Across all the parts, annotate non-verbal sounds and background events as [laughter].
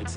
it's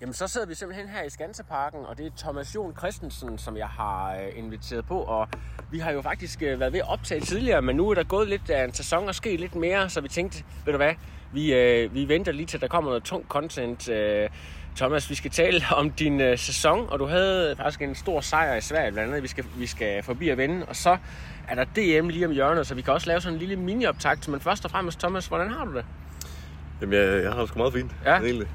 Jamen, så sidder vi simpelthen her i Skanseparken, og det er Thomas Jon Christensen, som jeg har øh, inviteret på. Og vi har jo faktisk øh, været ved at optage tidligere, men nu er der gået lidt af en sæson og sket lidt mere, så vi tænkte, ved du hvad, vi, øh, vi venter lige til, der kommer noget tung content. Øh, Thomas, vi skal tale [laughs] om din øh, sæson, og du havde faktisk en stor sejr i Sverige, blandt andet, vi skal, vi skal forbi at vinde. Og så er der DM lige om hjørnet, så vi kan også lave sådan en lille mini-optakt. Men først og fremmest, Thomas, hvordan har du det? Jamen, jeg, jeg har det sgu meget fint, Ja. egentlig.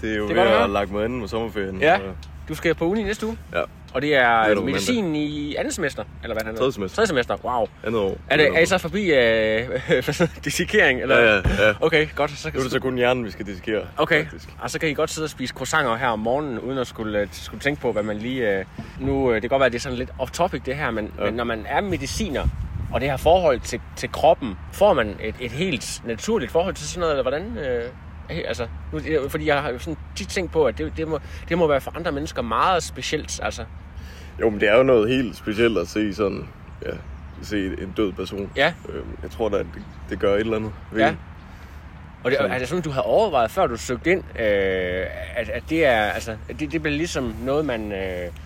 Det er jo Det er det ved godt at at høre. lagt mig inden med sommerferien. Ja. og- Du skal på uni næste uge. ja. Og det er, Det er det du medicin i andet semester, eller hvad han Tredje semester. Tredje semester, wow. Andet år. Er, det, er I så forbi øh, [laughs] dissekering? Eller? Ja, ja, ja. Okay, godt. Så, Nu er det så kun hjernen, vi skal dissekere. okay, faktisk. og så kan I godt sidde og spise croissanter her om morgenen, uden at skulle, øh, skulle tænke på, hvad man lige... Øh, nu, øh, det kan godt være, at det er sådan lidt off-topic det her, men, ja. men når man er mediciner, og det her forhold til, til kroppen, får man et, et helt naturligt forhold til sådan noget, eller hvordan... Øh, he- Altså, nu, det er- fordi jeg har jo sådan tit tænkt på, at det, det, må, det må være for andre mennesker meget specielt, altså. Jo, men det er jo noget helt specielt at se sådan, ja, se en død person. Ja. Øhm, Jeg tror da, at det, det gør et eller andet. ved Ja. en. Og det, Sådan. er det Øhm. sådan, du havde overvejet, før du søgte ind, øh, at, at det er, altså, at det, det bliver ligesom noget, man, øh,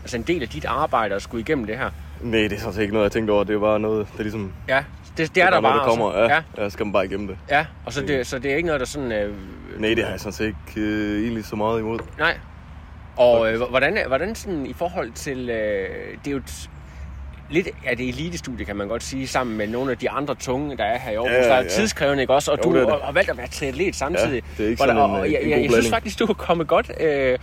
altså en del af dit arbejde at skulle igennem det her? Nej, det er sådan set ikke noget, jeg tænkte over. Det er bare noget, det er ligesom... Det Ja, det, det, det er der bare noget, bare. der kommer. og så- Ja, ja. ja. Jeg skal man bare igennem det. ja. og så det, så det er ikke noget, der sådan... Øh, Nej, det har jeg sådan set ikke øh, egentlig så meget imod. nej. Og øh, hvordan, er- hvordan sådan i forhold til... Øh, det er jo et, lidt af det elitestudie, kan man godt sige, sammen med nogle af de andre tunge, der er her i Aarhus. Ja, Ja, ja, der er ja. tidskrævende, ikke også? Og Jo, du det er det. har- har valgt at være triatlet samtidig. Ja, det er ikke Hvor sådan der- en, og, og øh, jeg, jeg, en god jeg synes blanding. faktisk, du er kommet godt... Øh,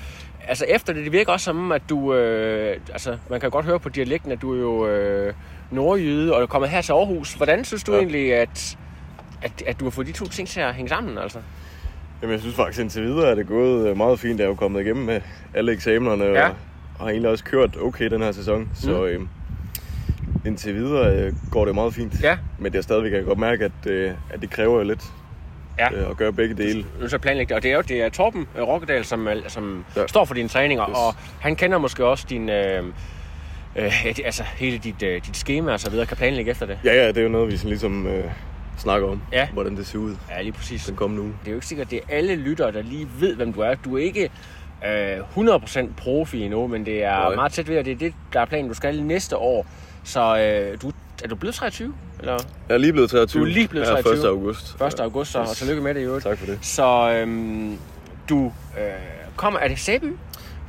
altså efter det, det virker også som, at du... Øh, altså, man kan godt høre på dialekten, at du er jo øh, nordjyde, og du er kommet her til Aarhus. Hvordan synes du ja. Ja. egentlig, at, at, at du har fået de to ting til at hænge sammen, altså? Jamen, jeg synes faktisk indtil videre, at det er gået øh, meget fint. Jeg er jo kommet igennem med alle eksamenerne, Ja. og, og har egentlig også kørt okay den her sæson. Så Mm. mm. øhm, indtil videre øh, går det meget fint. Ja. Men det er stadigvæk, jeg kan godt mærke, at, øh, at det kræver jo lidt Ja. øh, at gøre begge dele. nu så planlægge det. Og det er jo det er Torben øh, Rokkedal, som, er- som ja. Ja. står for dine træninger, yes. Yes. og han kender måske også din... Øh, øh, et- altså hele dit, øh, dit schema og så videre, kan planlægge efter det. Ja, ja, det er jo noget, vi sådan ligesom øh, snakker om, Ja. hvordan det ser ud Ja, lige præcis. den kommende uge. Det er jo ikke sikkert, at det er alle lyttere, der lige ved, hvem du er. Du er ikke øh, 100% profi endnu, men det er Nej. Nej. meget tæt ved, og det er det, der er planen, du skal næste år. Så øh, du, er du blevet 23? Eller? Jeg er lige blevet 23. Du er lige blevet Her 23. 1. august. 1. august, så, og tillykke med det i øvrigt. Tak for det. Så øhm, du øh, kommer... Er det Sæby?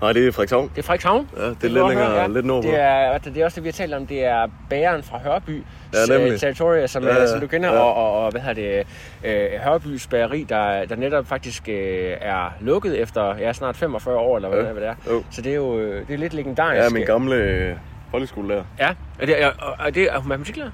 Nej, det er Frederikshavn. Det er Frederikshavn. Ja, det er kan lidt godt længere- høre, lidt nordpå. Det er, det er også det, vi har talt om. Det er bæren fra Hørby. Ja, nemlig. Territoria, som, ja, Ja, ja, ja, som du kender. Ja. ja. Og, og, og, hvad hedder det? Øh, Hørbys bageri, der, der netop faktisk øh, er lukket efter ja, snart 45 år, eller hvad, Jo, ja. hvad det er. jo. Så det er jo øh, det er lidt legendarisk. Ja, min gamle øh, folkeskolelærer. Ja, er det, er, og- og det, er hun matematiklærer?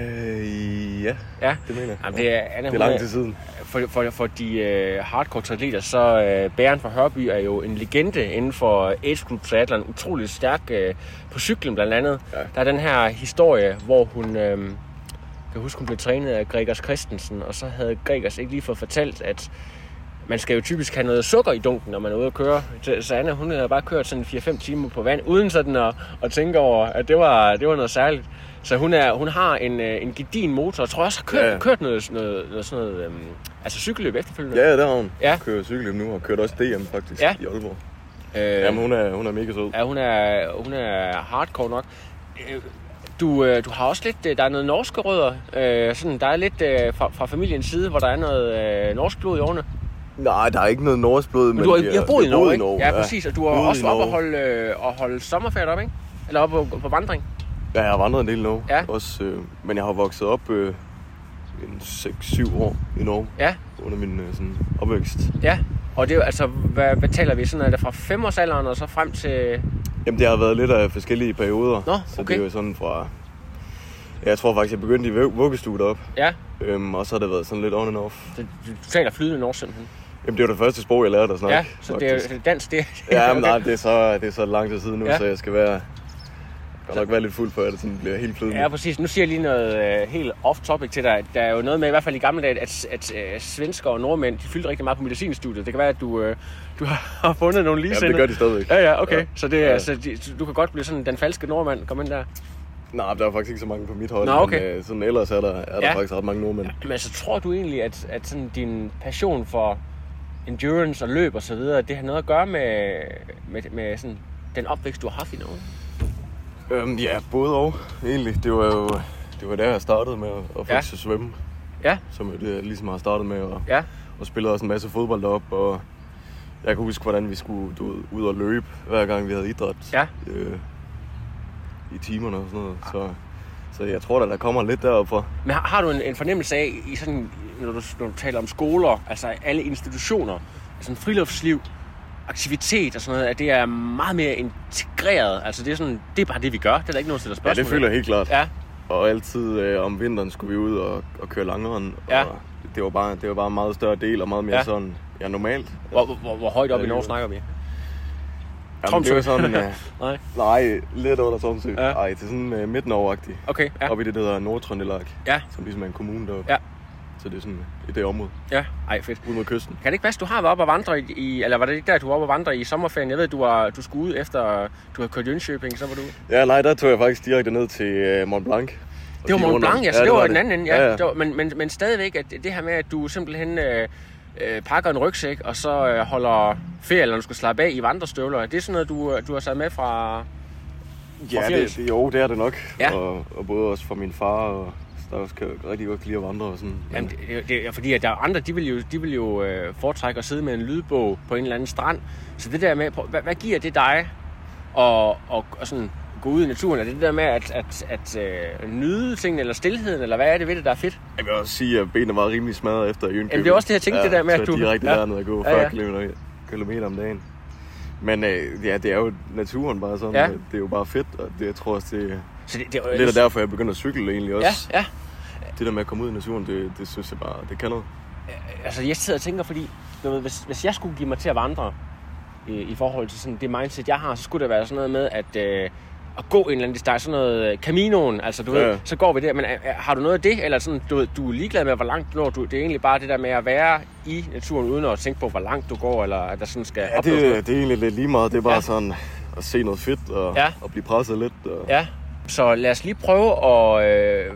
Øh, ja, Ja. det mener jeg. Jamen, det, øh, er, Anna, det er lang tid siden. For, for, for de øh, hardcore triatleter, så øh, Bæren fra Hørby er jo en legende inden for age group triathlon. Utrolig stærk øh, på cyklen blandt andet. Ja. Ja. Der er den her historie, hvor hun... Øh, jeg husker, hun blev trænet af Gregers Christensen, og så havde Gregers ikke lige fået fortalt, at man skal jo typisk have noget sukker i dunken, når man er ude at køre. Så- Så Anna, hun havde bare kørt sådan 4-5 timer på vand, uden sådan at, at tænke over, at det var, det var noget særligt. Så hun, er, hun har en, øh, en gedin motor, og tror også har kørt, Ja, ja. ja. kørt noget, noget, noget sådan noget, øhm, altså cykelløb efterfølgende. Ja, ja, der har hun. Ja. Ja. Kører cykeløb nu og kørt også DM faktisk Ja. ja. i Aalborg. øh, Jamen, hun er, hun er mega sød. ja, hun er, hun er hardcore nok. Øh, Du, øh, du har også lidt, øh, der er noget norske rødder, øh, sådan, der er lidt øh, fra, fra familiens side, hvor der er noget øh, norsk blod i årene. Nej, der er ikke noget norsk blod, men, Men du har, vi I har boet i vi Norge, ikke? Ja, præcis. Og du har Boet i også op og Norge. holde, øh, og holde sommerferie op, ikke? Eller op på, på vandring. Ja, jeg har vandret en del i Norge. Ja. Også, øh, men jeg har vokset op øh, en 6-7 år i Norge Ja, under min øh, sådan, opvækst. ja. Og det er jo altså, hvad, hvad taler vi? Sådan er det fra femårsalderen og så frem til... Jamen, det har været lidt af forskellige perioder. Nå, Så okay. det er jo sådan fra... Ja, jeg tror faktisk, jeg begyndte i vug- vuggestue op. Ja, Øhm, og så har det været sådan lidt on and off. du, du taler flydende norsk simpelthen. Jamen, det var det første sprog, jeg lærte at snakke. Ja, så det faktisk. er jo dansk, det [laughs] Ja, men nej, det er, så, det er så lang tid siden nu, Ja. ja. så jeg skal være... Godt nok være lidt fuld, før det sådan bliver helt flydende. Ja, præcis. Nu siger jeg lige noget øh, helt off-topic til dig. Der er jo noget med, i hvert fald i gamle dage, at, at øh, svensker og nordmænd, de fyldte rigtig meget på medicinstudiet. Det kan være, at du, øh, du har [laughs] fundet nogle Jamen, det ligesindede. gør de stadigvæk. Ja, ja, okay. Ja. Så, det, er- Ja. så de, så du kan godt blive sådan den falske nordmand. Kom ind der. Nej, der er faktisk ikke så mange på mit hold, Nå, okay. men øh, sådan ellers er der, er der Ja. faktisk ret mange nordmænd. Men altså, tror du egentlig, at, at sådan din passion for endurance og løb og så videre, det har noget at gøre med, med, med sådan den opvækst, du har haft i Norge? Øhm, ja, både og, egentlig. Det var jo det var der, jeg startede med at, at Ja. faktisk ja. svømme, Ja, som jo det, jeg ligesom har startet med, og, ja, og spillede også en masse fodbold op, og jeg kan huske, hvordan vi skulle du, ved, ud og løbe, hver gang vi havde idræt Ja. øh, i timerne og sådan noget. Så, så jeg tror da, der kommer lidt deroppe fra. Men har, har du en, en fornemmelse af, i sådan, når, du, når du taler om skoler, altså alle institutioner, sådan friluftsliv, aktivitet og sådan noget, at det er meget mere integreret? Altså det er, sådan, det er bare det, vi gør. Det er der ikke nogen, der stiller Ja, spørgsmål. det føler jeg helt klart. Ja, Og altid øh, om vinteren skulle vi ud og, og køre langeren. Ja. Og det var, bare, det var bare en meget større del, og meget mere Ja. ja. sådan, ja, normalt. hvor, hvor, hvor højt op Ja, i Norge det- snakker vi? Jamen, det Tromsø. var [laughs] sådan, øh, Nej, nej, lidt under Tromsø. Ja. Ja. Ej, det er sådan øh, midt agtigt okay, ja, ja. Oppe i det, der hedder Nordtrøndelag, ja, som ligesom er en kommune deroppe. Ja. Så det er sådan øh, i det område, ja. Ej, fedt. ud mod kysten. Kan det ikke passe, du har været oppe og vandre i- i, eller var det ikke der, du var oppe og vandre i sommerferien? Jeg ved, du, var, du skulle ud efter, du havde kørt Jönköping, så var du... Ja, nej, der tog jeg faktisk direkte ned til øh, Mont Blanc. Og Det var gik Mont rundt om- Blanc, ja, så det var den det. anden ende, ja. Det var, men, men, men stadigvæk, at det her med, at du simpelthen øh, øh, pakker en rygsæk, og så øh, holder ferie, eller du skal slappe af i vandrestøvler, det er sådan noget, du, øh, du har taget med fra... Ja, det, det, jo, det er det nok. Ja. Og, og både også for min far, og der også kan jeg rigtig godt lide at vandre og sådan. Men- Jamen, det, det, det, er fordi at der er andre, de vil jo, de vil jo øh, foretrække at sidde med en lydbog på en eller anden strand. Så det der med, prøv- hvad, hvad giver det dig og, og, og sådan gå ud i naturen? Er det det der med at, at, at øh, nyde tingene, eller stillheden, eller hvad er det ved det, der er fedt? Jeg vil også sige, at benene var rimelig smadret efter Jønkøbing. Jamen, det er også det, jeg tænkte, det der med, så at du- direkte ja. ja. dernede at gå Ja, 40 ja. ja, km, kilometer om dagen. Men øh, ja, det er jo naturen bare sådan. Ja. Ja. Det er jo bare fedt, og det, jeg tror også, det er Så det, det, lidt af derfor, jeg begynder at cykle egentlig Ja, også. ja. Det der med at komme ud i naturen, det, det synes jeg bare, det kan noget. Altså, jeg sidder og tænker, fordi du ved, hvis, hvis jeg skulle give mig til at vandre i, i forhold til sådan det mindset, jeg har, så skulle det være sådan noget med, at, øh, at gå en eller anden distance, sådan noget øh, Caminoen, altså du ja. Ja. ved, så går vi der. Men øh, øh, har du noget af det, eller sådan, du, ved, du er ligeglad med, hvor langt du når? Du, det er egentlig bare det der med at være i naturen, uden at tænke på, hvor langt du går, eller at der sådan skal Ja, opnås noget. det, det er egentlig lidt lige meget. Det er bare Ja. ja. sådan at se noget fedt og, Ja. ja. og blive presset lidt. Og, Ja, så lad os lige prøve at øh,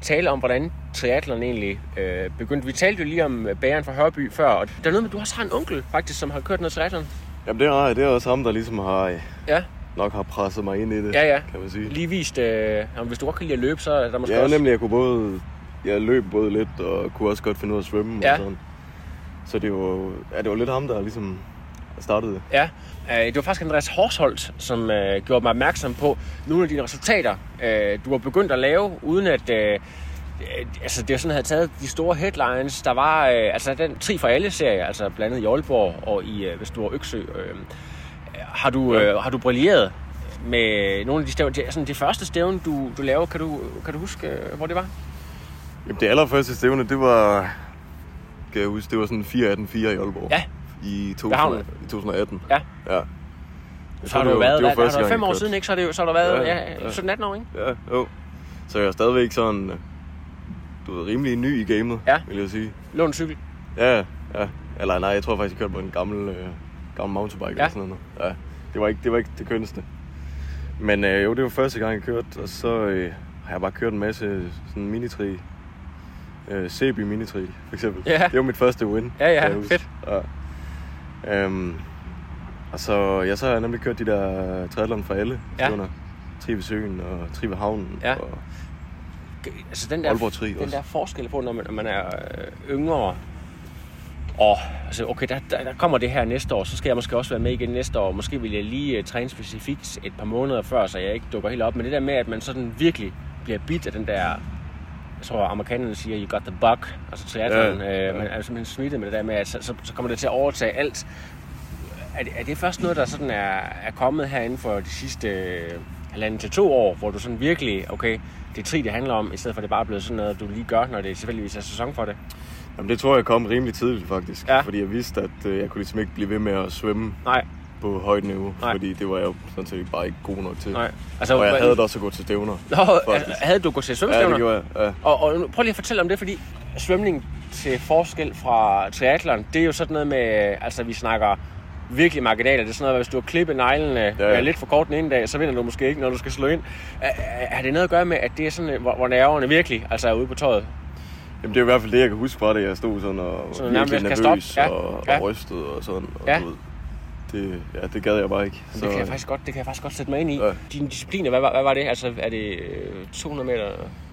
tale om, hvordan triathlon egentlig øh, begyndte. Vi talte jo lige om øh, bageren fra Hørby før, og der er noget med, at du også har en onkel faktisk, som har kørt noget triathlon. Jamen det er, det er også ham, der ligesom har, øh, Ja, nok har presset mig ind i det, Ja, ja. kan man sige. lige vist, øh, jamen, hvis du godt kan lide at løbe, så er der måske Ja, også... nemlig, jeg kunne både... Jeg løb både lidt, og kunne også godt finde ud af at svømme Ja. og sådan. Så det var, ja, det var lidt ham, der ligesom startede det. Ja, øh, det var faktisk Andreas Horsholt, som øh, gjorde mig opmærksom på nogle af dine resultater, øh, du har begyndt at lave, uden at... Øh, øh, altså, det var sådan, at jeg havde taget de store headlines. Der var øh, altså den Tri for alle-serie, altså blandt andet i Aalborg og i øh, Vestor Øksø. Øh, har, du, øh, har du brilleret med nogle af de stævn? Det, er sådan, det første stævn, du, du laver, kan du, kan du huske, øh, hvor det var? Jamen, det allerførste stævne, det var... Kan jeg huske, det var sådan 4-18-4 i Aalborg. Ja. I, havnen. 2000, i 2018. Ja. ja. Så har du jo været, hvad, det har gang, fem jeg år kørte. siden, ikke? Så har det jo- så har du været Ja, ja, ja. 17-18 år, ikke? Ja, jo. Så jeg er stadigvæk sådan... Du ved, rimelig ny i gamet, Ja. vil jeg sige. Lån en cykel. Ja, ja. Eller nej, jeg tror faktisk, jeg kørte på en gammel, øh, gammel mountainbike Ja. eller sådan noget. Ja. Det var ikke det, var ikke det kønneste. Men øh, jo, det var første gang, jeg kørte, og så øh, har jeg bare kørt en masse sådan minitri. Øh, Sebi minitri, for eksempel. Ja. Det var mit første win. Ja, ja, kan jeg huske. fedt. Ja. Øhm, og så, ja, så har jeg nemlig kørt de der triathlon for alle. Ja. Under Trive Søen og Trive Havnen. Ja. Og, altså den der, Aalborg Tri den også. der forskel på, når man, når man er øh, yngre, og altså, okay, der, der, der kommer det her næste år, så skal jeg måske også være med igen næste år. Måske vil jeg lige øh, træne specifikt et par måneder før, så jeg ikke dukker helt op. Men det der med, at man sådan virkelig bliver bidt af den der, jeg tror amerikanerne siger, you got the bug, altså triathlon. Ja, Ja, øh, man er simpelthen smittet med det der med, at så, så, så kommer det til at overtage alt. Er det, er det først noget, der sådan er, er kommet her inden for de sidste øh, halvanden til to år, hvor du sådan virkelig, okay, det er tri, det handler om, i stedet for at det bare er blevet sådan noget, du lige gør, når det tilfældigvis er sæson for det? Jamen, det tror jeg kom rimelig tidligt, faktisk. Ja. Ja. Fordi jeg vidste, at øh, jeg kunne ligesom ikke blive ved med at svømme Nej, på højt niveau. Nej. Nej. Fordi det var jeg jo sådan set bare ikke god nok til. Altså, nej. Altså, Og jeg hvad- havde da også at gå til stævner. Nå, faktisk. havde du gået til Ja, det svømmestævner? gjorde jeg. Ja. Og, og nu- prøv lige at fortælle om det, fordi svømning til forskel fra triathlon, det er jo sådan noget med, altså vi snakker virkelig marginaler. Det er sådan noget, hvis du har klippet neglene ja, Ja, ja. ja. lidt for kort den ene dag, så vinder du måske ikke, når du skal slå ind. Er, er- har det noget at gøre med, at det er sådan, øh, hvor, hvor nerverne virkelig altså er ude på tøjet? Jamen, det er i hvert fald det, jeg kan huske fra det. Jeg stod sådan og Så så nærmest virkelig kaste op. nervøs Ja. ja. Og, og Ja. rystede og sådan. Og Ja. ja. Ved, det, ja, det gad jeg bare ikke. Så... Det kan jeg faktisk godt, det kan jeg faktisk godt sætte mig ind i. Ja. Dine discipliner, hvad, var- hvad var det? Altså er det øh, 200 meter,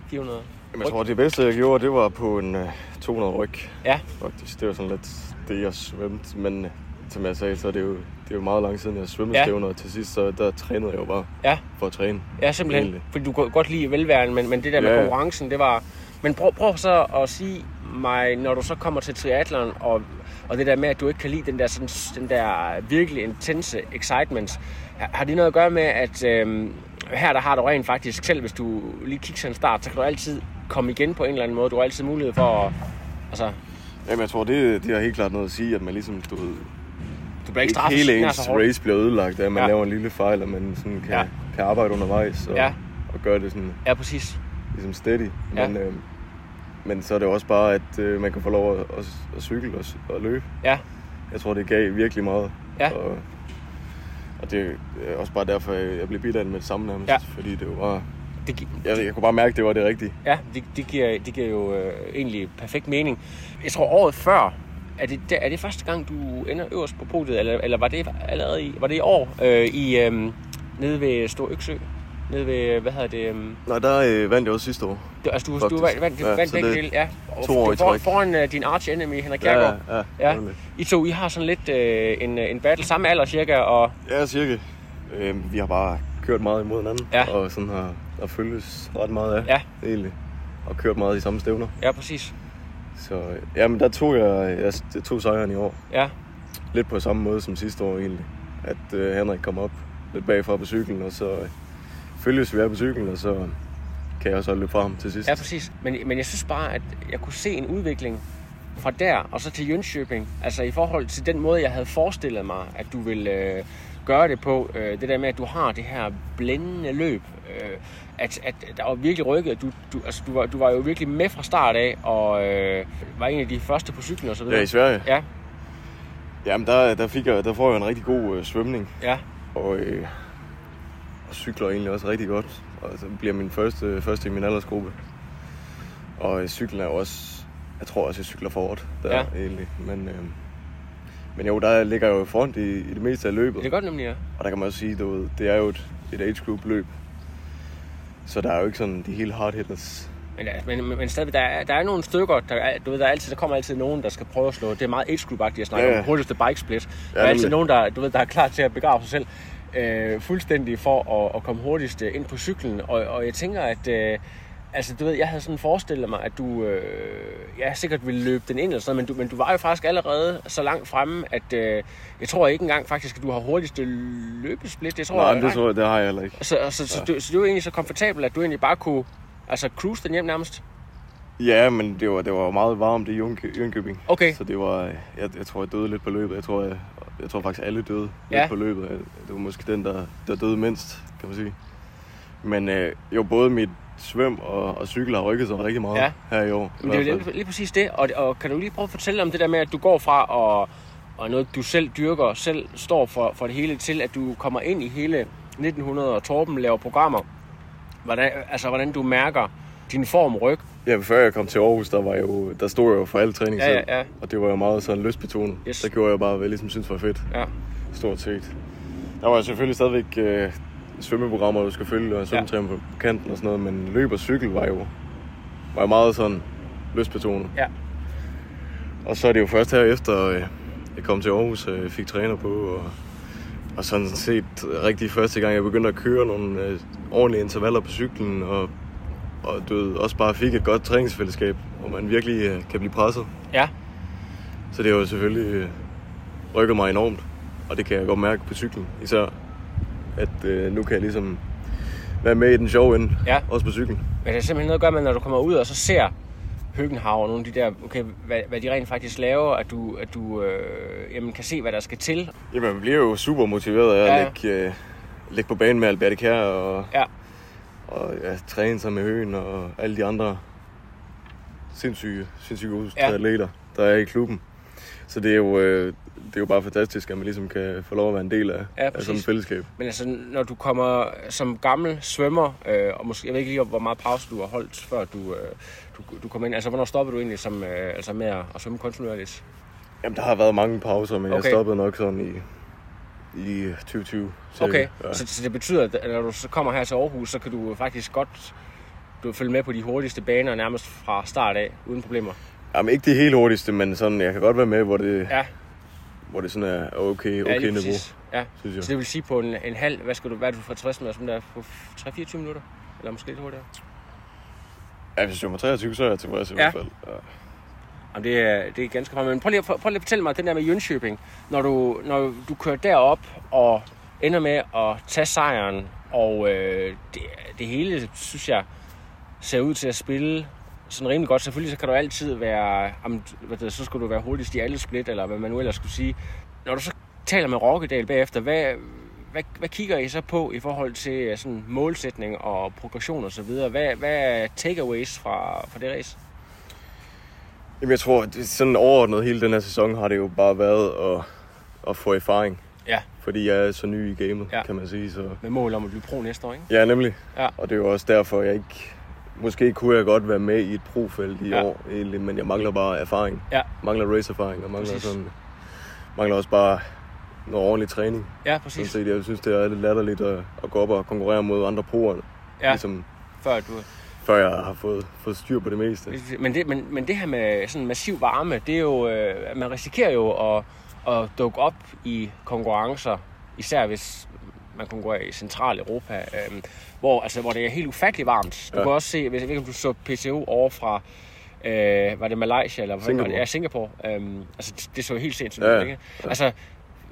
400? Jamen, jeg tror, det bedste, jeg gjorde, det var på en øh, 200 ryg. Ja, Faktisk. Det var sådan lidt det, jeg svømte. Men øh, som jeg sagde, så er det jo, det er jo meget lang siden, jeg svømmede Ja. ja. stævner. og Til sidst, så der trænede jeg jo bare ja. for at træne. Ja, simpelthen. Egentlig. Fordi du kan godt lide velværen, men, men det der med Ja, ja. konkurrencen, det var... Men prøv, prøv så at sige mig, når du så kommer til triathlon, og, og det der med, at du ikke kan lide den der, sådan, den der virkelig intense excitement, har, har det noget at gøre med, at øhm, her der har du rent faktisk, selv hvis du lige kigger til en start, så kan du altid komme igen på en eller anden måde. Du har altid mulighed for at... Altså, Jamen, jeg tror, det, det har helt klart noget at sige, at man ligesom, du ved, du bliver ikke ikke straffet hele nær ens så hårdt. race bliver ødelagt af, at man Ja. ja. laver en lille fejl, og man sådan kan, Ja. ja. kan arbejde undervejs og, Ja. ja. og gøre det sådan Ja, præcis. ligesom steady. Ja. Men, øh, men så er det også bare, at øh, man kan få lov at, at, at cykle og, og løbe. Ja, Jeg tror, det gav virkelig meget. Ja. Og, og det er også bare derfor, jeg blev bidt af det med det samme nærmest. Ja. Fordi det var bare... det, gi- Jeg, jeg kunne bare mærke, at det var det rigtige. Ja, det, det, giver, det giver jo øh, egentlig perfekt mening. Jeg tror året før, er det, der, er det første gang, du ender øverst på podiet, eller, eller var det allerede i, var det i år øh, i, øh, nede ved Stor Øksø? Nede ved, hvad hedder det? Øh, Nej, der øh, vandt jeg også sidste år. du- altså, du, du vandt, Faktisk. vandt, ja, Ja, vandt så begge det er dele, ja. Og to år for- i træk. Foran øh, din arch enemy, Henrik Kjærgaard. Ja, ja, ja. nemlig. I to, I har sådan lidt øh, en, øh, en battle, samme alder cirka, og Ja, cirka. Øh, vi har bare kørt meget imod hinanden. Ja. Og sådan har, har følges ret meget af. Ja. Egentlig. Og kørt meget i samme stævner. ja, præcis. Så øh, jamen, der tog jeg, jeg, jeg tog sejren i år. Ja, Lidt på samme måde som sidste år egentlig. At øh, Henrik kom op lidt bagfra på cyklen, og så øh, følges vi af på cyklen, og så kan jeg så løbe fra ham til sidst. Ja, præcis. Men, men jeg synes bare, at jeg kunne se en udvikling fra der og så til Jönköping. Altså i forhold til den måde, jeg havde forestillet mig, at du ville øh, gøre det på. Øh, det der med, at du har det her blændende løb. Øh, at, at der var virkelig rykket. Du, du, altså, du, var, du var jo virkelig med fra start af, og øh, var en af de første på cyklen og så videre. Ja, i Sverige. Ja, Jamen, der, der, fik jeg, der får jeg en rigtig god øh, svømning. ja, og, øh, og cykler egentlig også rigtig godt. Og så bliver min første, første i min aldersgruppe. Og øh, cyklen er jo også, jeg tror også, jeg cykler for hårdt der Ja. ja. egentlig. Men, øh, men jo, der ligger jeg jo i front i, i det meste af løbet. det er godt nemlig, ja. Og der kan man også sige, du ved, det er jo et, et age group løb. Så der er jo ikke sådan de helt hard hitters. Men, ja, men, men, men stadigvæk, der er, der er nogle stykker, der, er, du ved, der, er altid, der kommer altid nogen, der skal prøve at slå. Det er meget age group at snakke Ja, ja. ja. om hurtigste bike split. Der er nemlig. altid nogen, der, du ved, der er klar til at begrave sig selv øh, fuldstændig for at, at komme hurtigst øh, ind på cyklen. Og, og jeg tænker, at... Øh, Altså, du ved, jeg havde sådan forestillet mig, at du øh, ja, sikkert ville løbe den ind eller sådan noget, men du, men du var jo faktisk allerede så langt fremme, at øh, jeg tror ikke engang faktisk, at du har hurtigste løbesplit. Jeg tror, Nej, men nej. det tror jeg, det har jeg heller ikke. Så, så, så, du, så du er egentlig så komfortabel, at du egentlig bare kunne altså, cruise den hjem nærmest? Ja, men det var, det var meget varmt i Jönk- Jönköping. Okay. Så det var, øh, jeg, jeg tror, jeg døde lidt på løbet. Jeg tror, jeg, jeg tror faktisk, alle døde Ja. ja. lidt på løbet. Jeg- Det var måske den, der, der døde mindst, kan man sige. Men øh, jo, både mit svøm og, og cykel har rykket sig rigtig meget Ja. ja. her i år. i Men det er jo hvert lige, fald. lige præcis det, og, og kan du lige prøve at fortælle om det der med, at du går fra og, og noget, du selv dyrker, selv står for, for det hele, til at du kommer ind i hele 1900, og Torben laver programmer. Hvordan, altså, hvordan du mærker din form ryg. Ja, før jeg kom til Aarhus, der, var jeg jo, der stod jeg jo for al træning Ja, ja, selv. ja. Og det var jo meget sådan lystbetonet. Yes. Der gjorde jeg bare, hvad jeg ligesom synes var fedt. Ja, Stort set. Der var selvfølgelig stadigvæk øh, svømmeprogrammer, du skulle følge, og svømmetræning ja. på kanten og sådan noget, men løb og cykel var jo, var jo meget sådan lystbetonet. ja, Og så er det jo først herefter, øh, jeg kom til Aarhus, øh, fik træner på, og, og sådan set øh, rigtig første gang, jeg begyndte at køre nogle øh, ordentlige intervaller på cyklen, og, og du ved, også bare fik et godt træningsfællesskab, hvor man virkelig øh, kan blive presset. ja. Så det har jo selvfølgelig øh, rykket mig enormt, og det kan jeg godt mærke på cyklen især, at øh, nu kan jeg ligesom være med i den sjove ende, Ja. også på cyklen. Men det er simpelthen noget at gøre med, når du kommer ud og så ser Høgenhav og nogle af de der, okay, hvad, hvad de rent faktisk laver, at du, at du øh, jamen, kan se, hvad der skal til. Jamen, man bliver jo super motiveret af Ja, at ja. ligge, øh, ligge på banen med Albert Kær og, Ja. og ja, træne sig med Høen og alle de andre sindssyge, sindssyge gode Ja. ja. atleter, der er i klubben. Så det er, jo, øh, det er jo bare fantastisk, at man ligesom kan få lov at være en del af, Ja, af præcis. sådan et fællesskab. Men altså, når du kommer som gammel svømmer, øh, og måske, jeg ved ikke lige, hvor meget pause du har holdt, før du, øh, du, du kom ind. Altså, hvornår stoppede du egentlig som, øh, altså med at, at svømme kontinuerligt? Jamen, der har været mange pauser, men okay. Okay. jeg stoppede nok sådan i, i 2020. cirka. Okay, Ja. så, så det betyder, at når du så kommer her til Aarhus, så kan du faktisk godt du kan følge med på de hurtigste baner nærmest fra start af, uden problemer. Jamen, ikke det helt hurtigste, men sådan, jeg kan godt være med, hvor det, Ja, hvor det sådan er okay, ja okay lige niveau, præcis. Ja. synes jeg. Så det vil sige på en, en halv, hvad skal du, hvad er du fra 60 med, sådan der på 3-24 minutter? Eller måske lidt hurtigere? Ja, hvis jeg var 23, så er jeg tilfreds i Ja. hvert fald. Ja. Jamen, det, er, det er ganske meget. Men prøv lige, at- prøv, prøv lige at fortælle mig den der med Jönköping. Når du, når du kører derop og ender med at tage sejren, og øh, det, det hele, synes jeg, ser ud til at spille sådan rimelig godt. Selvfølgelig så kan du altid være, jamen, hvad det, så skulle du være hurtigst i alle split, eller hvad man nu ellers skulle sige. Når du så taler med Rokkedal bagefter, hvad, hvad, hvad kigger I så på i forhold til øh, sådan målsætning og progression osv.? Hvad, hvad er takeaways fra, fra det race? Jamen, jeg tror, at det- sådan overordnet hele den her sæson har det jo bare været at, at få erfaring. Ja. Fordi jeg er så ny i gamet, Ja. ja. kan man sige. Så... Med mål om at blive pro næste år, ikke? Ja, nemlig. Ja. Og det er jo også derfor, jeg ikke... Måske kunne jeg godt være med i et profelt i Ja. ja. år, egentlig, men jeg mangler bare erfaring. Ja. Mangler race-erfaring, og mangler, Præcis. sådan, mangler også bare noget ordentlig træning. Ja, Sådan præcis. set, jeg synes, det er lidt latterligt at, at gå op og konkurrere mod andre proer, Ja, ligesom, før du... før jeg har fået, fået styr på det meste. Men det, men, men det her med sådan massiv varme, det er jo... Øh, man risikerer jo at, at dukke op i konkurrencer, især hvis man konkurrerer i Centraleuropa, øh, hvor, altså, hvor det er helt ufattelig varmt. Du ja. Ja. kan også se, hvis jeg ved ikke, om du så PTO over fra... Øh, var det Malaysia eller hvad var det? Singapore. Ja, Singapore. Øhm, altså, det, det så jo helt sindssygt Ja, ud, ja. ikke? Altså,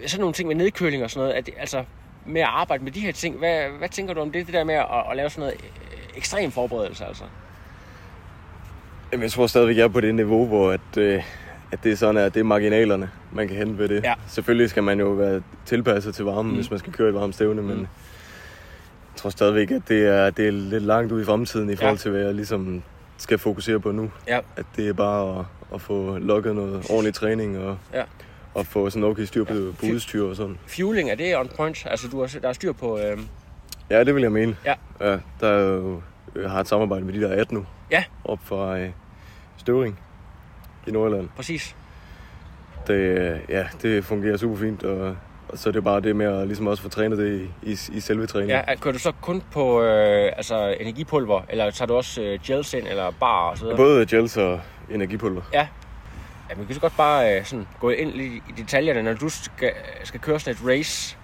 sådan nogle ting med nedkøling og sådan noget, at, det- altså, med at arbejde med de her ting, hvad, hvad tænker du om det, det der med at, at lave sådan noget øh, ekstrem forberedelse, altså? Jamen, jeg tror stadigvæk, jeg er på det niveau, hvor at, øh, at det er sådan, at det er marginalerne, man kan hente ved det. Ja. Selvfølgelig skal man jo være tilpasset til varmen, mm. hvis man skal køre i varmt stævne, Mm. men jeg tror stadigvæk, at det er, det er lidt langt ud i fremtiden i forhold Ja. til, hvad jeg ligesom skal fokusere på nu. Ja. At det er bare at, at få lukket noget ordentlig træning og, Ja. og få sådan okay styr på, på Fy- udstyr og sådan. Fueling, er det on point? Altså, du har, der er styr på... Øh, Ja, det vil jeg mene. Ja. ja der er jo, jeg har et samarbejde med de der 18 nu. Ja. Op fra øh, Støvring i Nordjylland. præcis. Det, øh, ja, det fungerer super fint, og, og så er det bare det med at ligesom også få trænet det i, i, i selve træningen. Ja, kører du så kun på øh, altså, energipulver, eller tager du også øh, gels ind, eller bar og så videre? Både gels og energipulver. Ja, man kan så godt bare øh, sådan, gå ind lidt i detaljerne. Når du skal, skal køre sådan et race,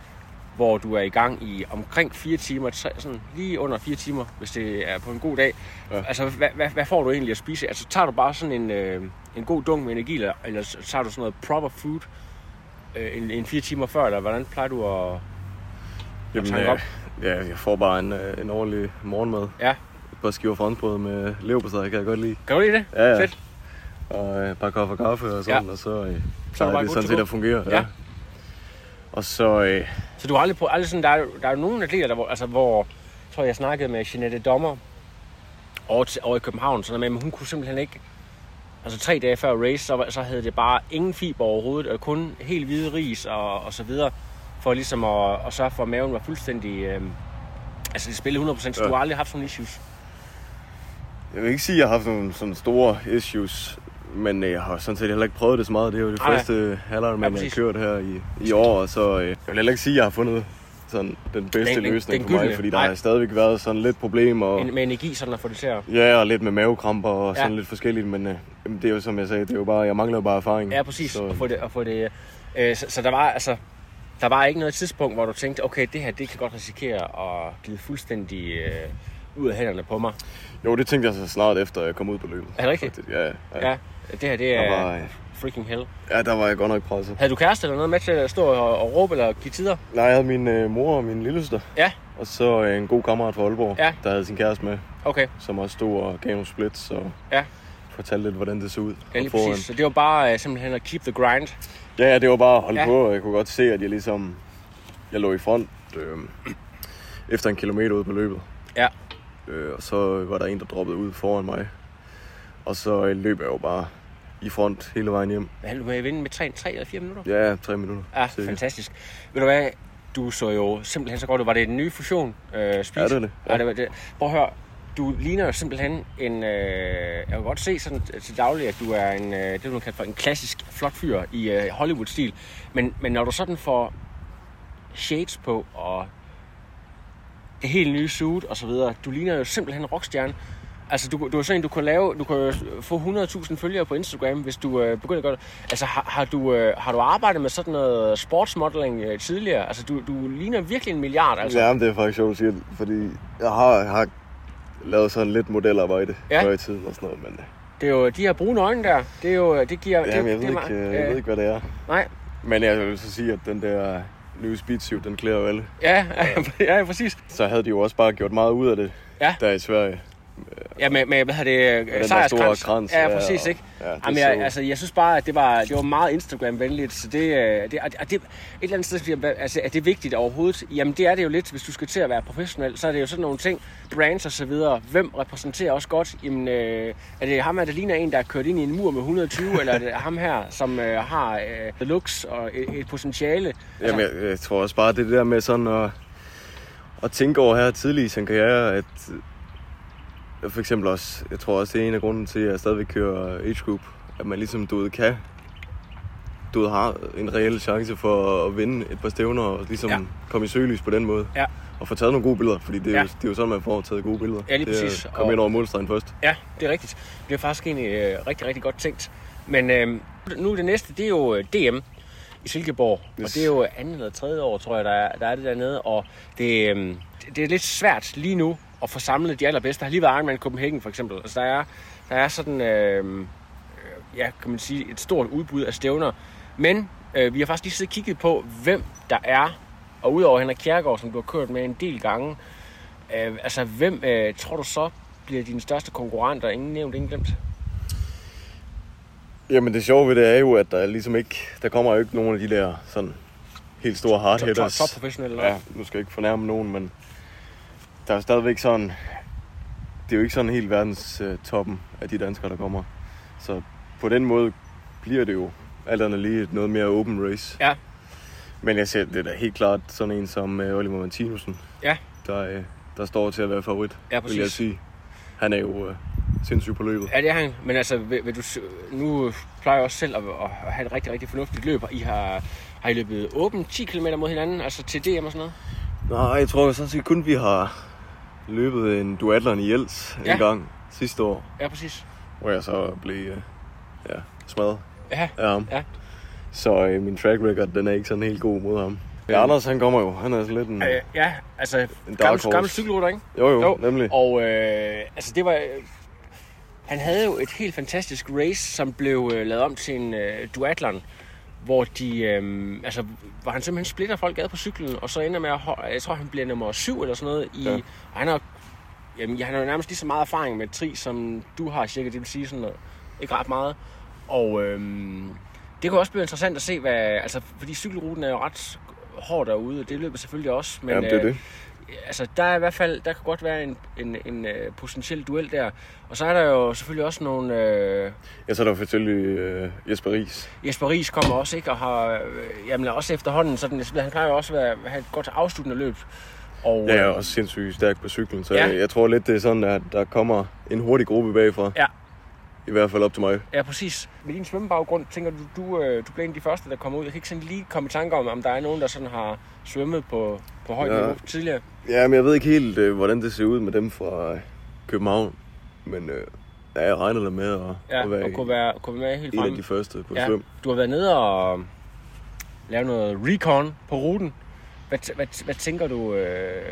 hvor du er i gang i omkring 4 timer, tre, sådan lige under 4 timer, hvis det er på en god dag. Ja. Ja. Altså, hvad, hvad, hvad får du egentlig at spise? Altså, tager du bare sådan en, øh, en god dunk med energi, eller, eller s- tager du sådan noget proper food øh, en, en 4 timer før, eller hvordan plejer du at... tanke øh, op. ja, jeg får bare en, øh, en ordentlig morgenmad. Ja. Et par skiver franskbrød med leverpostej, kan jeg godt lide. Kan du lide det? Ja, ja. Fedt. Og øh, et par kaffe og kaffe og sådan, Ja. ja. og så øh, Så er du plejer bare det god sådan til set go. at fungere. Ja. Og så, øh, Så du har aldrig på aldrig sådan, der er, der er jo nogle atleter, der, hvor, altså, hvor jeg tror jeg snakkede med Jeanette Dommer over, til, over i København, sådan noget med, men hun kunne simpelthen ikke, altså tre dage før race, så, var- så havde det bare ingen fiber overhovedet, og kun helt hvide ris og, og så videre, for ligesom at, at sørge for, at maven var fuldstændig, øh, altså det spillede 100%, så Ja. du har aldrig haft sådan nogle issues. jeg vil ikke sige, at jeg har haft nogle sådan store issues, men øh, jeg har sådan set heller ikke prøvet det så meget. Det er jo det Nej. første halvår, man har præcis. kørt her i, i år, og så øh, jeg vil heller ikke sige, at jeg har fundet sådan den bedste Den- den- løsning den for mig, gyldne. fordi der Nej. har stadigvæk været sådan lidt problemer. Og, En, med energi, sådan at få det til at... ja, og lidt med mavekramper og sådan Ja. lidt forskelligt, men øh, jamen, det er jo som jeg sagde, det er jo bare, jeg mangler jo bare erfaring. Ja, præcis. Så... Mm. Så, At få det, at få det, øh, så, så der var altså der var ikke noget tidspunkt, hvor du tænkte, okay, det her det kan godt risikere at glide fuldstændig øh, ud af hænderne på mig. jo, det tænkte jeg så snart efter, jeg kom ud på løbet. Er det rigtigt? Faktisk. Ja, ja. Ja, det her det Der, er var, øh, freaking hell. ja, der var jeg godt nok presset. Havde du kæreste eller noget med til at stå og, og råbe eller give tider? Nej, jeg havde min øh, mor og min lillesøster. Ja. Og så øh, en god kammerat fra Aalborg, Ja. der havde sin kæreste med, Okay, som også stod og gav nogle splits og Ja. fortalte lidt, hvordan det så ud. Ja, lige og foran. præcis. Så det var bare øh, simpelthen at keep the grind. Ja, ja, det var bare at holde Ja. ja. på, og jeg kunne godt se, at jeg ligesom... Jeg lå i front øh, [clears throat] efter en kilometer ude på løbet. Ja. Øh, og så var der en, der droppede ud foran mig. Og så øh, løb jeg jo bare i front hele vejen hjem. Hvad du med at vinde med 3, 3 eller 4 minutter? Ja, tre minutter. Ja, cirka. fantastisk. Ved du hvad, du så jo simpelthen så godt ud. Var det en ny fusion? Øh, speed? Ja, det var det. Ja. det, var det. Prøv at høre, du ligner jo simpelthen en... Øh, jeg kan godt se sådan til daglig, at du er en, øh, det, du kalder for en klassisk flot fyr i øh, Hollywood-stil. Men, men når du sådan får shades på og det helt nye suit og så videre, du ligner jo simpelthen en rockstjerne. Altså, du, du er sådan en, du kan lave, du kan få 100.000 følgere på Instagram, hvis du øh, begynder at gøre det. Altså, har, har, du, øh, har du arbejdet med sådan noget sportsmodeling øh, tidligere? Altså, du, du ligner virkelig en milliard, altså. Ja, men det er faktisk sjovt at sige, fordi jeg har, har lavet sådan lidt modelarbejde Ja. ja. før i tiden og sådan noget, men Det er jo de her brune øjne der, det er jo, øh, det giver... det, jamen, jeg, ved det er ikke, meget- øh, jeg ved ikke, hvad det er. Nej, Men jeg vil så sige, at den der nye speedsuit, den klæder jo alle. ja, ja, [laughs] ja, præcis. Så havde de jo også bare gjort meget ud af det Ja. der i Sverige. Ja, med, med hvad hedder det, der øh, store krans, Ja, ja, præcis, og- ikke? ja, det Jamen, jeg, så- altså, jeg synes bare, at det var, det var meget Instagram-venligt, så det, øh, det, og det, og det, et eller andet sted, bliver- altså, er det vigtigt overhovedet? Jamen, det er det jo lidt, hvis du skal til at være professionel, så er det jo sådan nogle ting, brands og så videre, hvem repræsenterer os godt? Jamen, øh, er det ham her, der ligner en, der er kørt ind i en mur med 120, eller er det ham her, som øh, har øh, looks og et, et potentiale? Altså, Jamen, jeg, jeg tror også bare, det der med sådan at, at tænke over her tidligt i sin karriere, at øh, for eksempel også, jeg tror også, det er en af grunden til, at jeg stadigvæk kører age group, at man ligesom, du ved, kan, du ved, har en reel chance for at vinde et par stævner og ligesom Ja. ja. komme i søgelys på den måde. Ja. Og få taget nogle gode billeder, fordi det er, Ja. ja. jo, det er jo sådan, man får taget gode billeder. Ja, lige Det er at præcis, Komme og- ind over målstregen først. Ja, det er rigtigt. Det er faktisk egentlig øh, rigtig, rigtig godt tænkt. Men øh, nu det næste, det er jo øh, DM i Silkeborg. Yes. Og Yes. det er jo andet eller tredje år, tror jeg, der er, der er det dernede. Og det, øh, det- det er lidt svært lige nu at få samlet de allerbedste. Der har lige været Ironman Copenhagen, for eksempel. Altså, der er, der er sådan... Øh, ja, kan man sige, et stort udbud af stævner. Men øh, vi har faktisk lige siddet og kigget på, hvem der er, og udover Henrik Kjærgaard, som du har kørt med en del gange, øh, altså hvem øh, tror du så bliver dine største konkurrenter? Ingen nævnt, ingen glemt. Jamen det sjove ved det er jo, at der ligesom ikke, der kommer jo ikke nogen af de der sådan helt store Top, top, hardhitters. top professionelle, Ja, nu skal jeg ikke fornærme nogen, men der er stadigvæk sådan, det er jo ikke sådan helt verdens øh, toppen af de danskere, der kommer. Så på den måde bliver det jo alt andet lige et noget mere open race. Ja. Men jeg ser det er da helt klart sådan en som øh, Oliver Martinussen, Ja. der, øh, der står til at være favorit, Ja, vil jeg præcis. sige. Han er jo øh, sindssyg på løbet. Ja, det er han. Men altså, vil, vil du, s- nu plejer jeg også selv at, at have et rigtig, rigtig fornuftigt løb. og I har, har I løbet åbent 10 km mod hinanden, altså til DM og sådan noget? Nej, jeg tror sådan set kun, vi har løbet en duatlon i Jels Ja. en gang sidste år, Ja, præcis. hvor jeg så blev øh, ja, smadret Ja, af ham. Ja. Så øh, min track record, den er ikke sådan helt god mod ham. Ja, Anders, han kommer jo. Han er sådan lidt en... øh, ja altså, dark gammel, horse. gammel cykelrutter, ikke? Jo, jo, jo, nemlig. Og øh, altså det var... Øh, han havde jo et helt fantastisk race, som blev øh, lavet om til en øh, duatlon, hvor de, øh, altså, hvor han simpelthen splitter folk ad på cyklen, og så ender med at, ho- jeg tror han bliver nummer syv eller sådan noget, i, ja. Ja. og han har, jamen, han har jo nærmest lige så meget erfaring med tri, som du har cirka, det vil sige sådan noget, ikke ret meget, og øh, det kunne også blive interessant at se, hvad, altså, fordi cykelruten er jo ret hård derude, og det løber selvfølgelig også, men Jamen, det er øh, det. altså, der er i hvert fald, der kan godt være en, en, en øh, potentiel duel der. Og så er der jo selvfølgelig også nogle... Øh, Ja, så er der selvfølgelig øh, Jesper Ries. Jesper Ries kommer også, ikke? Og har, øh, jamen, også efterhånden, sådan, han plejer jo også at være- have et godt afsluttende løb. Og, øh, Ja, jeg er også sindssygt stærk på cyklen, så Ja. ja. jeg, jeg tror lidt, det er sådan, at der kommer en hurtig gruppe bagfra. Ja. I hvert fald op til mig. ja, præcis. Med din svømmebaggrund, tænker du, du, øh, du bliver en af de første, der kommer ud. Jeg kan ikke sådan lige komme i tanke om, om der er nogen, der sådan har svømmet på, på højt Ja. niveau tidligere. Ja, men jeg ved ikke helt, øh, hvordan det ser ud med dem fra øh, København. Men øh, ja, jeg regner da med at, Ja, at og, være, og kunne, være, kunne være med helt en af fremme. de første på Ja, ja. svøm. du har været nede og lave noget recon på ruten. Hvad, t- hvad, t- hvad tænker du, øh,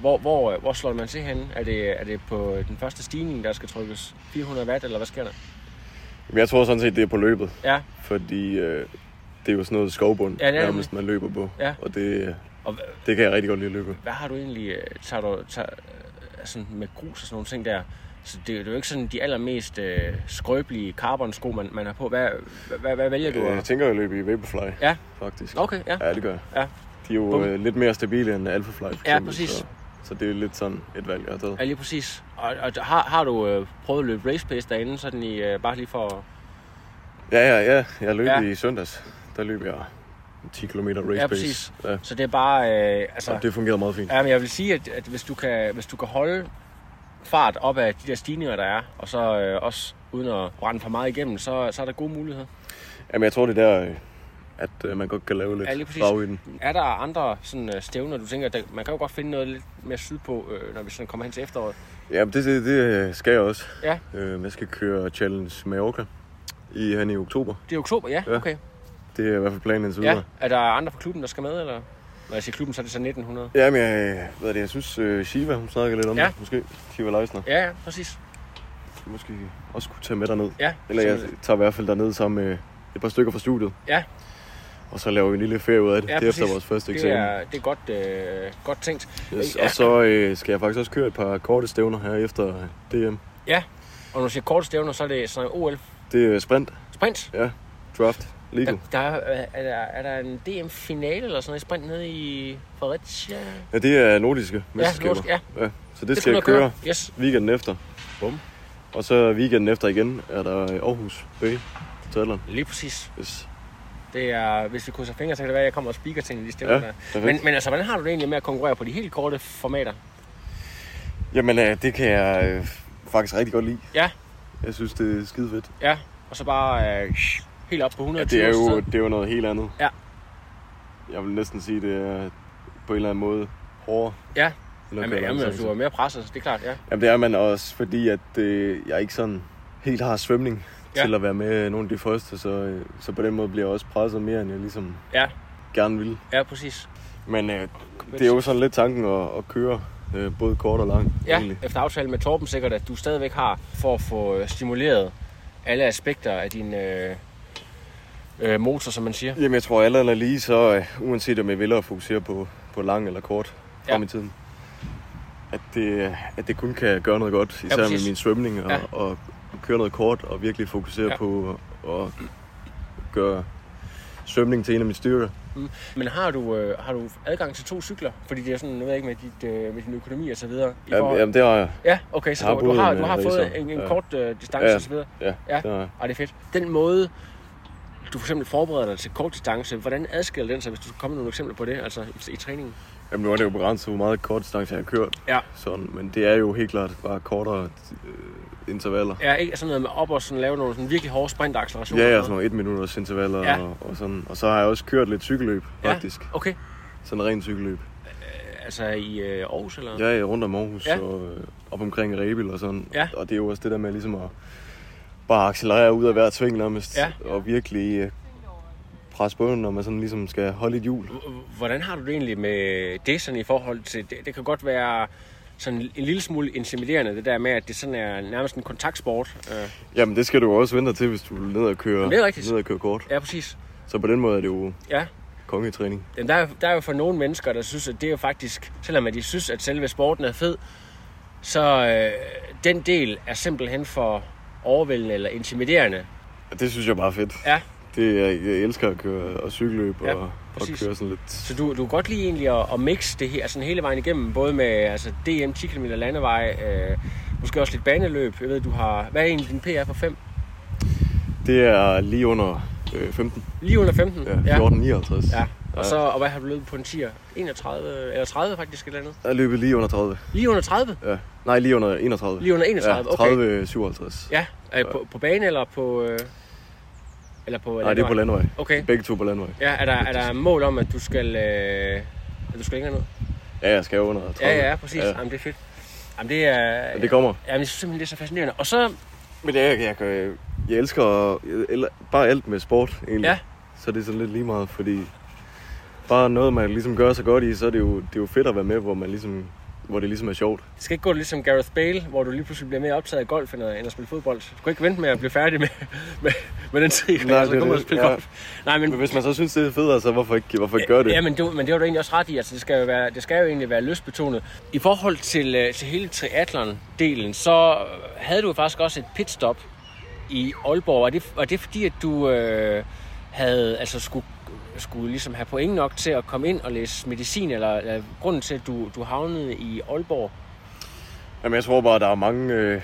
hvor, hvor, hvor slår man til henne? Er det, er det på den første stigning, der skal trykkes 400 watt, eller hvad sker der? Men jeg tror sådan set, det er på løbet. Ja, Fordi øh, det er jo sådan noget skovbund, Ja, det er det. nærmest man løber på. Ja. Og det, øh, og hva- det kan jeg rigtig godt lide at løbe. hvad har du egentlig, øh, tager du tager, øh, altså med grus og sådan nogle ting der, Så det, er jo ikke sådan de allermest øh, skrøbelige carbon-sko, man, man har på. Hvad, hvad, hvad vælger du? Øh, Jeg tænker, jeg løber i Vaporfly, Ja. faktisk. Okay, ja. Ja, det gør jeg. Ja. De er jo Bum. øh, lidt mere stabile end Alphafly, for Ja, eksempel, præcis. Så, så det er lidt sådan et valg, jeg har taget. Ja, lige præcis. Og, og har, har du øh, prøvet at løbe race pace derinde, sådan i, øh, bare lige for... Ja, ja, ja. Jeg løb Ja. ja. i søndags. Der løb jeg 10 km race Ja, præcis. pace. Ja. Så det er bare... Øh, altså, Og det fungerede meget fint. Ja, men jeg vil sige, at, at hvis, du kan, hvis du kan holde fart op af de der stigninger, der er, og så øh, også uden at brænde for meget igennem, så, så er der gode muligheder. Jamen, jeg tror, det er der, øh, at øh, man godt kan lave lidt Ja, lige præcis. drag i den. Er der andre sådan, øh, stævner, du tænker, der, man kan jo godt finde noget lidt mere sydpå, øh, når vi sådan kommer hen til efteråret? Ja, det, det, det skal jeg også. Ja. Øh, jeg skal køre Challenge Mallorca i, han i oktober. Det er oktober, ja? Ja, okay. Det er i hvert fald planen indtil Ja. videre. Er der andre fra klubben, der skal med, eller? Når jeg siger klubben, så er det så 1900. Ja. Jamen, jeg, hvad er det, jeg synes, øh, Shiva, hun snakker lidt om Ja. det, måske. Shiva Leisner. Ja, ja, præcis. Skal måske også kunne tage med derned. Ja, Eller jeg simpelthen. tager i hvert fald derned sammen med et par stykker fra studiet. Ja. Og så laver vi en lille ferie ud af det. Ja, det er efter præcis. vores første Det eksamen. er, det er godt, øh, godt tænkt. Yes, Ja. og så øh, skal jeg faktisk også køre et par korte stævner her efter øh, DM. Ja, og når du siger kort stævner, så er det sådan OL Det er sprint, sprint. ja, draft, Der, legal. der er, er, der, er der en DM-finale eller sådan noget i sprint nede i Fredericia? Ja, det er nordiske mesterskaber. nordisk, ja. ja. Så det, det skal kunne jeg jeg køre Yes. weekenden efter. Bum. Og så weekenden efter igen er der øh, Aarhus B. Tætland. Lige præcis. Yes. Det er, hvis vi krydser fingre, så kan det være, at jeg kommer og speaker til en af de stemmer Ja, der. perfekt. Men, men altså, hvordan har du det egentlig med at konkurrere på de helt korte formater? Jamen, øh, det kan jeg øh, faktisk rigtig godt lide. Ja, Jeg synes, det er skide fedt. ja. Og så bare øh, helt op på Ja, 120 det, er jo, afsted. det er jo noget helt andet. Ja. Jeg vil næsten sige, det er på en eller anden måde hårdere. Ja. end at Jamen, køre jamen, altså, langdistance. du er mere presset, det er klart, ja. Jamen det er man også, fordi at øh, jeg ikke sådan helt har svømning Ja. ja. til at være med nogle af de første, så, øh, så på den måde bliver jeg også presset mere, end jeg ligesom Ja, gerne vil. ja, præcis. Men øh, det er jo sådan lidt tanken at, at køre øh, både kort og lang, Ja, egentlig. efter aftale med Torben sikkert, at du stadigvæk har for at få øh, stimuleret alle aspekter af din øh, øh, motor, som man siger. Jamen jeg tror allerede lige, så øh, uanset om jeg vil at fokusere på, på lang eller kort frem Ja. i tiden, at det, at det kun kan gøre noget godt, især ja, med præcis. min svømning, og, Ja. ja. og, køre noget kort og virkelig fokusere Ja. ja. på at gøre svømning til en af mine styrker. Men har du, øh, har du adgang til to cykler? Fordi det er sådan, jeg ved ikke, med, dit, øh, med din økonomi og så videre. I Jamen, forhold- jamen det har jeg. Ja, okay, så du, Jeg har du, har, boet du en, har øh, fået racer. en, en Ja. kort øh, distance Ja. og så videre. Ja, Ja. Det har jeg. Ej, det er fedt. Den måde, du for eksempel forbereder dig til kort distance, hvordan adskiller den sig, hvis du skulle komme med nogle eksempler på det, altså i, i træningen? Jamen, nu er det jo begrænset, hvor meget kort distance jeg har kørt. Ja. Sådan, men det er jo helt klart bare kortere øh, intervaller. Ja, ikke sådan noget med op og sådan lave nogle sådan virkelig hårde sprintakcelerationer. Ja, ja, og sådan nogle et minutters intervaller Ja. ja. og, og, sådan. Og så har jeg også kørt lidt cykelløb, faktisk. Ja, okay. Sådan en ren cykelløb. Altså i øh, Aarhus, eller? Jeg er rundt om Aarhus Ja. ja. og øh, op omkring Rebild og sådan. Ja. Og det er jo også det der med ligesom at bare accelerere ud af hver sving nærmest. Ja. Og virkelig øh, presse bunden, når man sådan ligesom skal holde et hjul. Mm. Hvordan har du det egentlig med det sådan i forhold til, det, det kan godt være sådan en lille smule intimiderende, det der med, at det sådan er nærmest en kontaktsport. Øh, Jamen, det skal du jo også vente dig til, hvis du vil ned og køre, Jamen, det er rigtigt. ned og køre kort. ja, præcis. Så på den måde er det jo Ja. kongetræning. Jamen, Der er, der er jo for nogle mennesker, der synes, at det er jo faktisk, selvom at de synes, at selve sporten er fed, så øh, den del er simpelthen for overvældende eller intimiderende. Ja, Det synes jeg bare er fedt. Ja, Det, jeg, jeg elsker at køre og cykelløb Ja, og, og præcis. køre sådan lidt. så du, du kan godt lide egentlig at, at mixe det her sådan hele vejen igennem, både med altså, DM, 10 km landevej, øh, måske også lidt baneløb. Jeg ved, du har, hvad er egentlig din PR på 5? Det er lige under øh, 15, Lige under 15? ja, 14, 59. ja. Og, så, og hvad har du løbet på en 10'er? 31, eller 30 faktisk, et eller andet. Jeg løbet lige under 30. Lige under 30? Ja. Nej, lige under 31. Lige under 31, ja, okay. 30, okay. 57. Ja, øh, på, på bane eller på... Øh, eller på Nej, det er på landevej. Okay. Begge to på landevej. Ja, er der, er der mål om, at du skal, øh, at du skal længere ned? Ja, jeg skal jo under 30. Ja, ja, ja, præcis. Ja. Jamen, det er fedt. Jamen, det er... Men det kommer. Jamen, jeg synes simpelthen, det er så fascinerende. Og så, Men det er, jeg, jeg, kan- jeg elsker at- jeg, eller, bare alt med sport, egentlig. Ja. Så det er sådan lidt lige meget, fordi bare noget, man ligesom gør sig godt i, så er det jo, det er jo fedt at være med, hvor man ligesom hvor det ligesom er sjovt. Det skal ikke gå ligesom Gareth Bale, hvor du lige pludselig bliver mere optaget af golf end at, end at spille fodbold. Du kan ikke vente med at blive færdig med, med, med den tid. Nej, altså, det er kommer det. og spille Ja. golf. Nej, men, Men hvis man så synes, det er fedt, altså hvorfor ikke, hvorfor ikke gøre det? Ja, men, du, men det har du egentlig også ret i. Altså, det, skal jo være, det skal jo egentlig være lystbetonet. I forhold til, øh, til hele triathlon-delen, så øh, havde du faktisk også et pitstop i Aalborg. Var det, var det fordi, at du øh, havde, altså, skulle, skulle ligesom have point nok til at komme ind og læse medicin, eller, eller grunden til, at du, du havnede i Aalborg? Jamen, jeg tror bare, at der er mange, øh,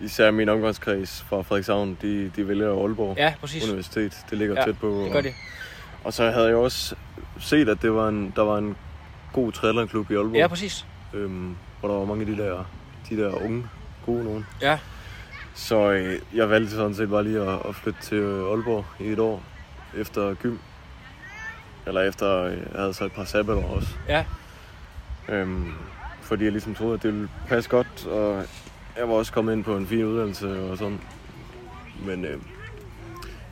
især min omgangskreds fra Frederikshavn, de, de vælger Aalborg Ja, præcis. Universitet. Det ligger Ja, tæt på. Det gør det. Og, og så havde jeg også set, at det var en, der var en god triathlonklub i Aalborg, Ja, præcis. øhm, hvor der var mange af de der, de der unge, gode nogen. Ja. Så øh, jeg valgte sådan set bare lige at, at flytte til øh, Aalborg i et år efter gym. Eller efter, øh, jeg havde så et par sabbatår også. Ja. Øhm, fordi jeg ligesom troede, at det ville passe godt, og jeg var også kommet ind på en fin uddannelse og sådan. Men øh,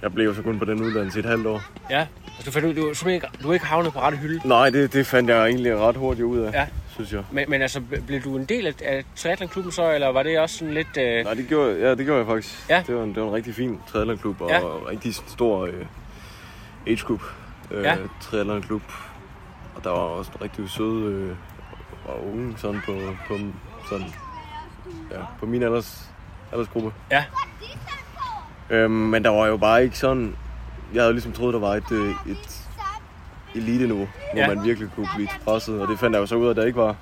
jeg blev jo så kun på den uddannelse i et halvt år. Ja, altså, du, fandt ud- du, er simpelthen ikke, du er ikke havnet på rette hylde. Nej, det, det fandt jeg egentlig ret hurtigt ud af, Ja. synes jeg. Men, men altså, ble- blev du en del af, af triathlonklubben så, eller var det også sådan lidt... Øh, [laughs] Nej, det gjorde, ja, det gjorde jeg faktisk. Ja. Det, var en, det var en rigtig fin triathlonklub, og Ja. en rigtig stor øh, age group øh, Ja. triathlonklub. Og der var også nogle rigtig søde øh, og unge sådan på, på, sådan, ja, på min alders, aldersgruppe. Ja. Øhm, men der var jo bare ikke sådan... Jeg havde ligesom troet, der var et, øh, et elite-niveau, hvor Ja. man virkelig kunne blive presset. Og det fandt jeg jo så ud af, at der ikke var.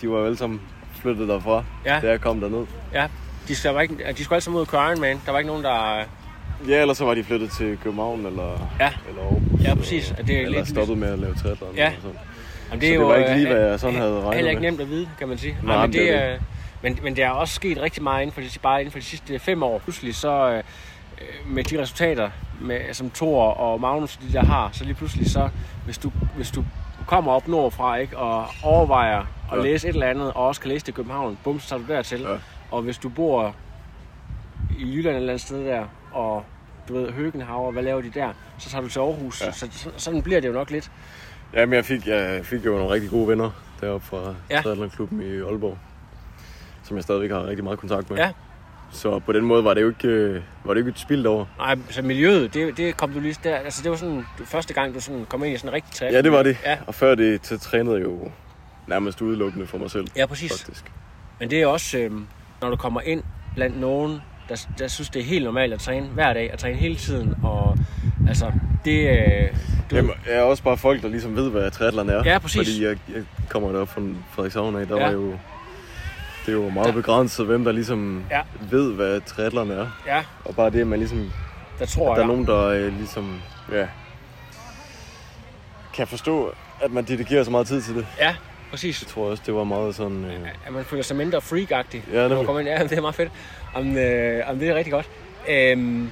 De var jo alle sammen flyttet derfra, Ja. da jeg kom derned. Ja, de skulle, der var ikke, de skulle alle sammen ud og køre Ironman. Der var ikke nogen, der... Ja, eller så var de flyttet til København eller, Ja. eller Aarhus. Ja, præcis. Og det er eller lidt- stoppet med at lave triathlon. Ja. eller sådan. Jamen, Så det var ikke lige, hvad øh, jeg sådan he- havde regnet Heller ikke med. nemt at vide, kan man sige. Nej, men men det er er, men, men der er også sket rigtig meget inden for de, bare inden for de sidste fem år. Pludselig så øh, med de resultater, med, som Thor og Magnus de der har, så lige pludselig så, hvis du, hvis du kommer op nordfra ikke, og overvejer at Ja. læse et eller andet, og også kan læse det i København, bum, så tager du dertil. Ja. Og hvis du bor i Jylland et eller andet sted der, og du ved, Høgenhavn, hvad laver de der? Så tager du til Aarhus. Ja. Ja. Så, så, sådan bliver det jo nok lidt. Jamen, jeg fik, jeg fik jo nogle rigtig gode venner deroppe fra Ja. ja. triathlonklubben i Aalborg, som jeg stadigvæk har rigtig meget kontakt med. Ja. Så på den måde var det jo ikke, øh, var det ikke et spildt år. Nej, så miljøet, det, det kom du lige der. Altså, det var sådan du, første gang, du sådan kom ind i sådan en rigtig træk. Ja, det var det. Ja. Og før det, så trænede jeg jo nærmest udelukkende for mig selv. Ja, præcis. Faktisk. Men det er også, øhm, når du kommer ind blandt nogen, der, der synes, det er helt normalt at træne hver dag, at træne hele tiden, og altså, det... Øh, du, Jamen, jeg er også bare folk, der ligesom ved, hvad triathlon er. Ja, præcis. Fordi jeg, jeg kommer derop fra Frederikshavn af, der Ja. ja. var jo... Det er jo meget begrænset, hvem der ligesom Ja. ja. ved, hvad triathlon er. ja, Og bare det, at man ligesom, der tror der er jeg. nogen, der øh, ligesom, ja, kan forstå, at man dedikerer så meget tid til det. Ja, præcis. Jeg tror også, det var meget sådan, øh, at man føler sig mindre freak-agtig, Ja, ja, når man nemlig. kommer ind. Ja, det er meget fedt. Om, øh, om det er rigtig godt. Øhm,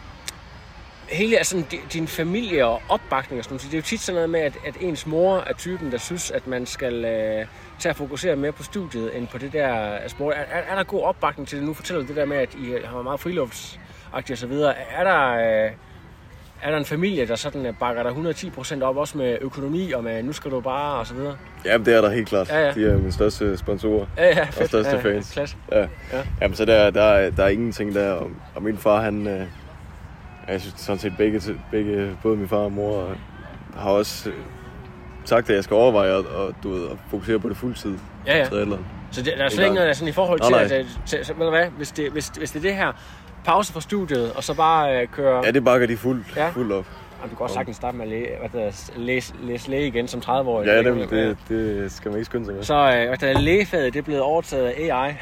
hele altså, di- din familie og opbakning og sådan noget, det er jo tit sådan noget med, at, at ens mor er typen, der synes, at man skal øh, tage at fokusere mere på studiet, end på det der øh, sport. Er, er, er der god opbakning til det? Nu fortæller du det der med, at I har været meget friluftsagtige og så videre. Er der, øh, er der en familie, der sådan øh, bakker dig 110% op, også med økonomi og med, nu skal du bare, og så videre? jamen det er der helt klart. Ja, ja. De er mine største sponsorer. Ja, ja, fedt. Og største ja, ja, fans. Klasse. Ja. Ja. ja. Jamen, så der, der, der er ingenting der. Og, og min far, han... Øh, ja, jeg synes sådan set begge, til- begge, både min far og mor øh, har også øh, sagt, at jeg skal overveje at, og, du ved, at fokusere på det fuldtid. Ja, ja. Triathlon. Så det, der er Ikke slet ikke noget. noget der er sådan i forhold Nå, til, nej. at, øh, til, til, ved du hvad, hvis det, hvis, hvis det er det her, pause fra studiet, og så bare øh, køre... Ja, det bakker de fuld, Ja. ja. fuld op. Jamen, du kan også sagtens starte med at læ- hvad der er, læse, læse læge igen som 30-årig. Ja, Ikke? det, det, det skal man ikke skynde sig med. Så øh, hvad der er, lægefaget, det er blevet overtaget af AI.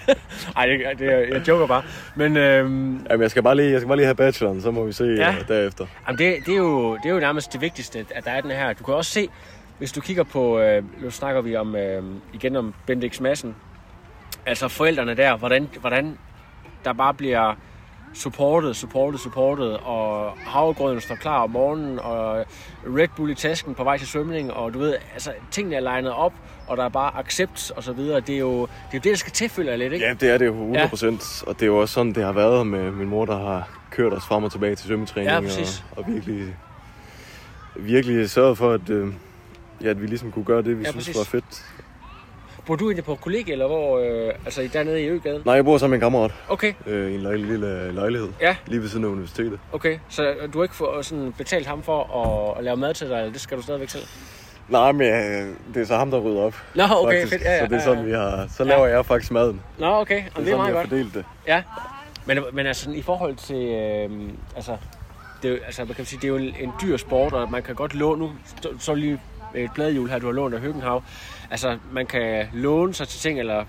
[laughs] Ej, det, det, jeg joker bare. Men øhm, Jamen, jeg skal bare lige, jeg skal bare lige have bacheloren, så må vi se Ja. ja. derefter. Jamen det, det, er jo, det er jo nærmest det vigtigste, at der er den her. Du kan også se, hvis du kigger på, øh, nu snakker vi om, øh, igen om Bendix Madsen, altså forældrene der, hvordan, hvordan der bare bliver supportet, supportet, supportet, og havregrøden står klar om morgenen, og Red Bull i tasken på vej til svømning, og du ved, altså tingene er legnet op, og der er bare accept og så videre. Det er jo det, er jo det der skal til, føler jeg lidt, ikke? Ja, det er det jo 100%, ja. og det er jo også sådan, det har været med min mor, der har kørt os frem og tilbage til svømmetræning, Ja, og, præcis. og virkelig, virkelig sørget for, at, øh, ja, at vi ligesom kunne gøre det, vi Ja, ja, synes præcis. var fedt. Bor du egentlig på et kollegie, eller hvor? Øh, altså dernede i Øgaden? Nej, jeg bor sammen med en kammerat Okay, øh, i en lejl- lille lejlighed. Ja. Lige ved siden af universitetet. okay. Så du har ikke få, sådan betalt ham for at, at lave mad til dig, eller det skal du stadigvæk selv? Nej, men øh, det er så ham, der rydder op. Nå, okay, faktisk. fedt. Ja, ja, så det er ja, sådan, ja. vi har... Så laver jeg faktisk maden. Det Nå, okay. Jamen, det er sådan, meget jeg har godt. fordelt det. Ja. Men, men altså, sådan, i forhold til... Øh, altså, det, er jo- altså, man kan sige, det er jo en, en dyr sport, og man kan godt låne... Nu stå- så lige et bladhjul her, du har lånt af Høgenhav. Altså, man kan låne sig til ting, eller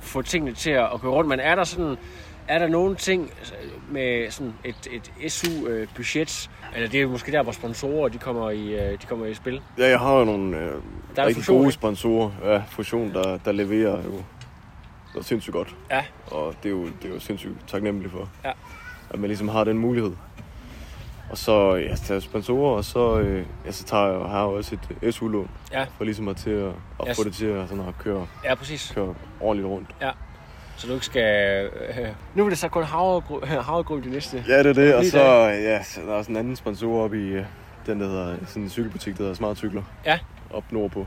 få tingene til at, at køre rundt. Men er der sådan... Er der nogle ting altså, med sådan et, et SU-budget, eller det er måske der, hvor sponsorer de kommer i, øh, de kommer i spil? Ja, jeg har jo nogle øh, Der er rigtig fusion, gode ikke? sponsorer. Ja, Fusion, der, der leverer jo der er sindssygt godt. Ja. Og det er jo, det er jo sindssygt taknemmelig for. Ja. At man ligesom har den mulighed. Og så ja, så tager jeg sponsorer, og så, øh, ja, så tager jeg, og har jeg også et SU-lån. Ja. For ligesom at, til at, at Yes. få det til at, sådan at køre, Ja, præcis. køre ordentligt rundt. Så du ikke skal... Øh, nu er det så kun havregryb de næste. Ja, det er det. Og Lige så, der. ja, så der er også en anden sponsor oppe i øh, den, der hedder sådan en cykelbutik, der hedder Smart Cykler. Ja. Op nordpå,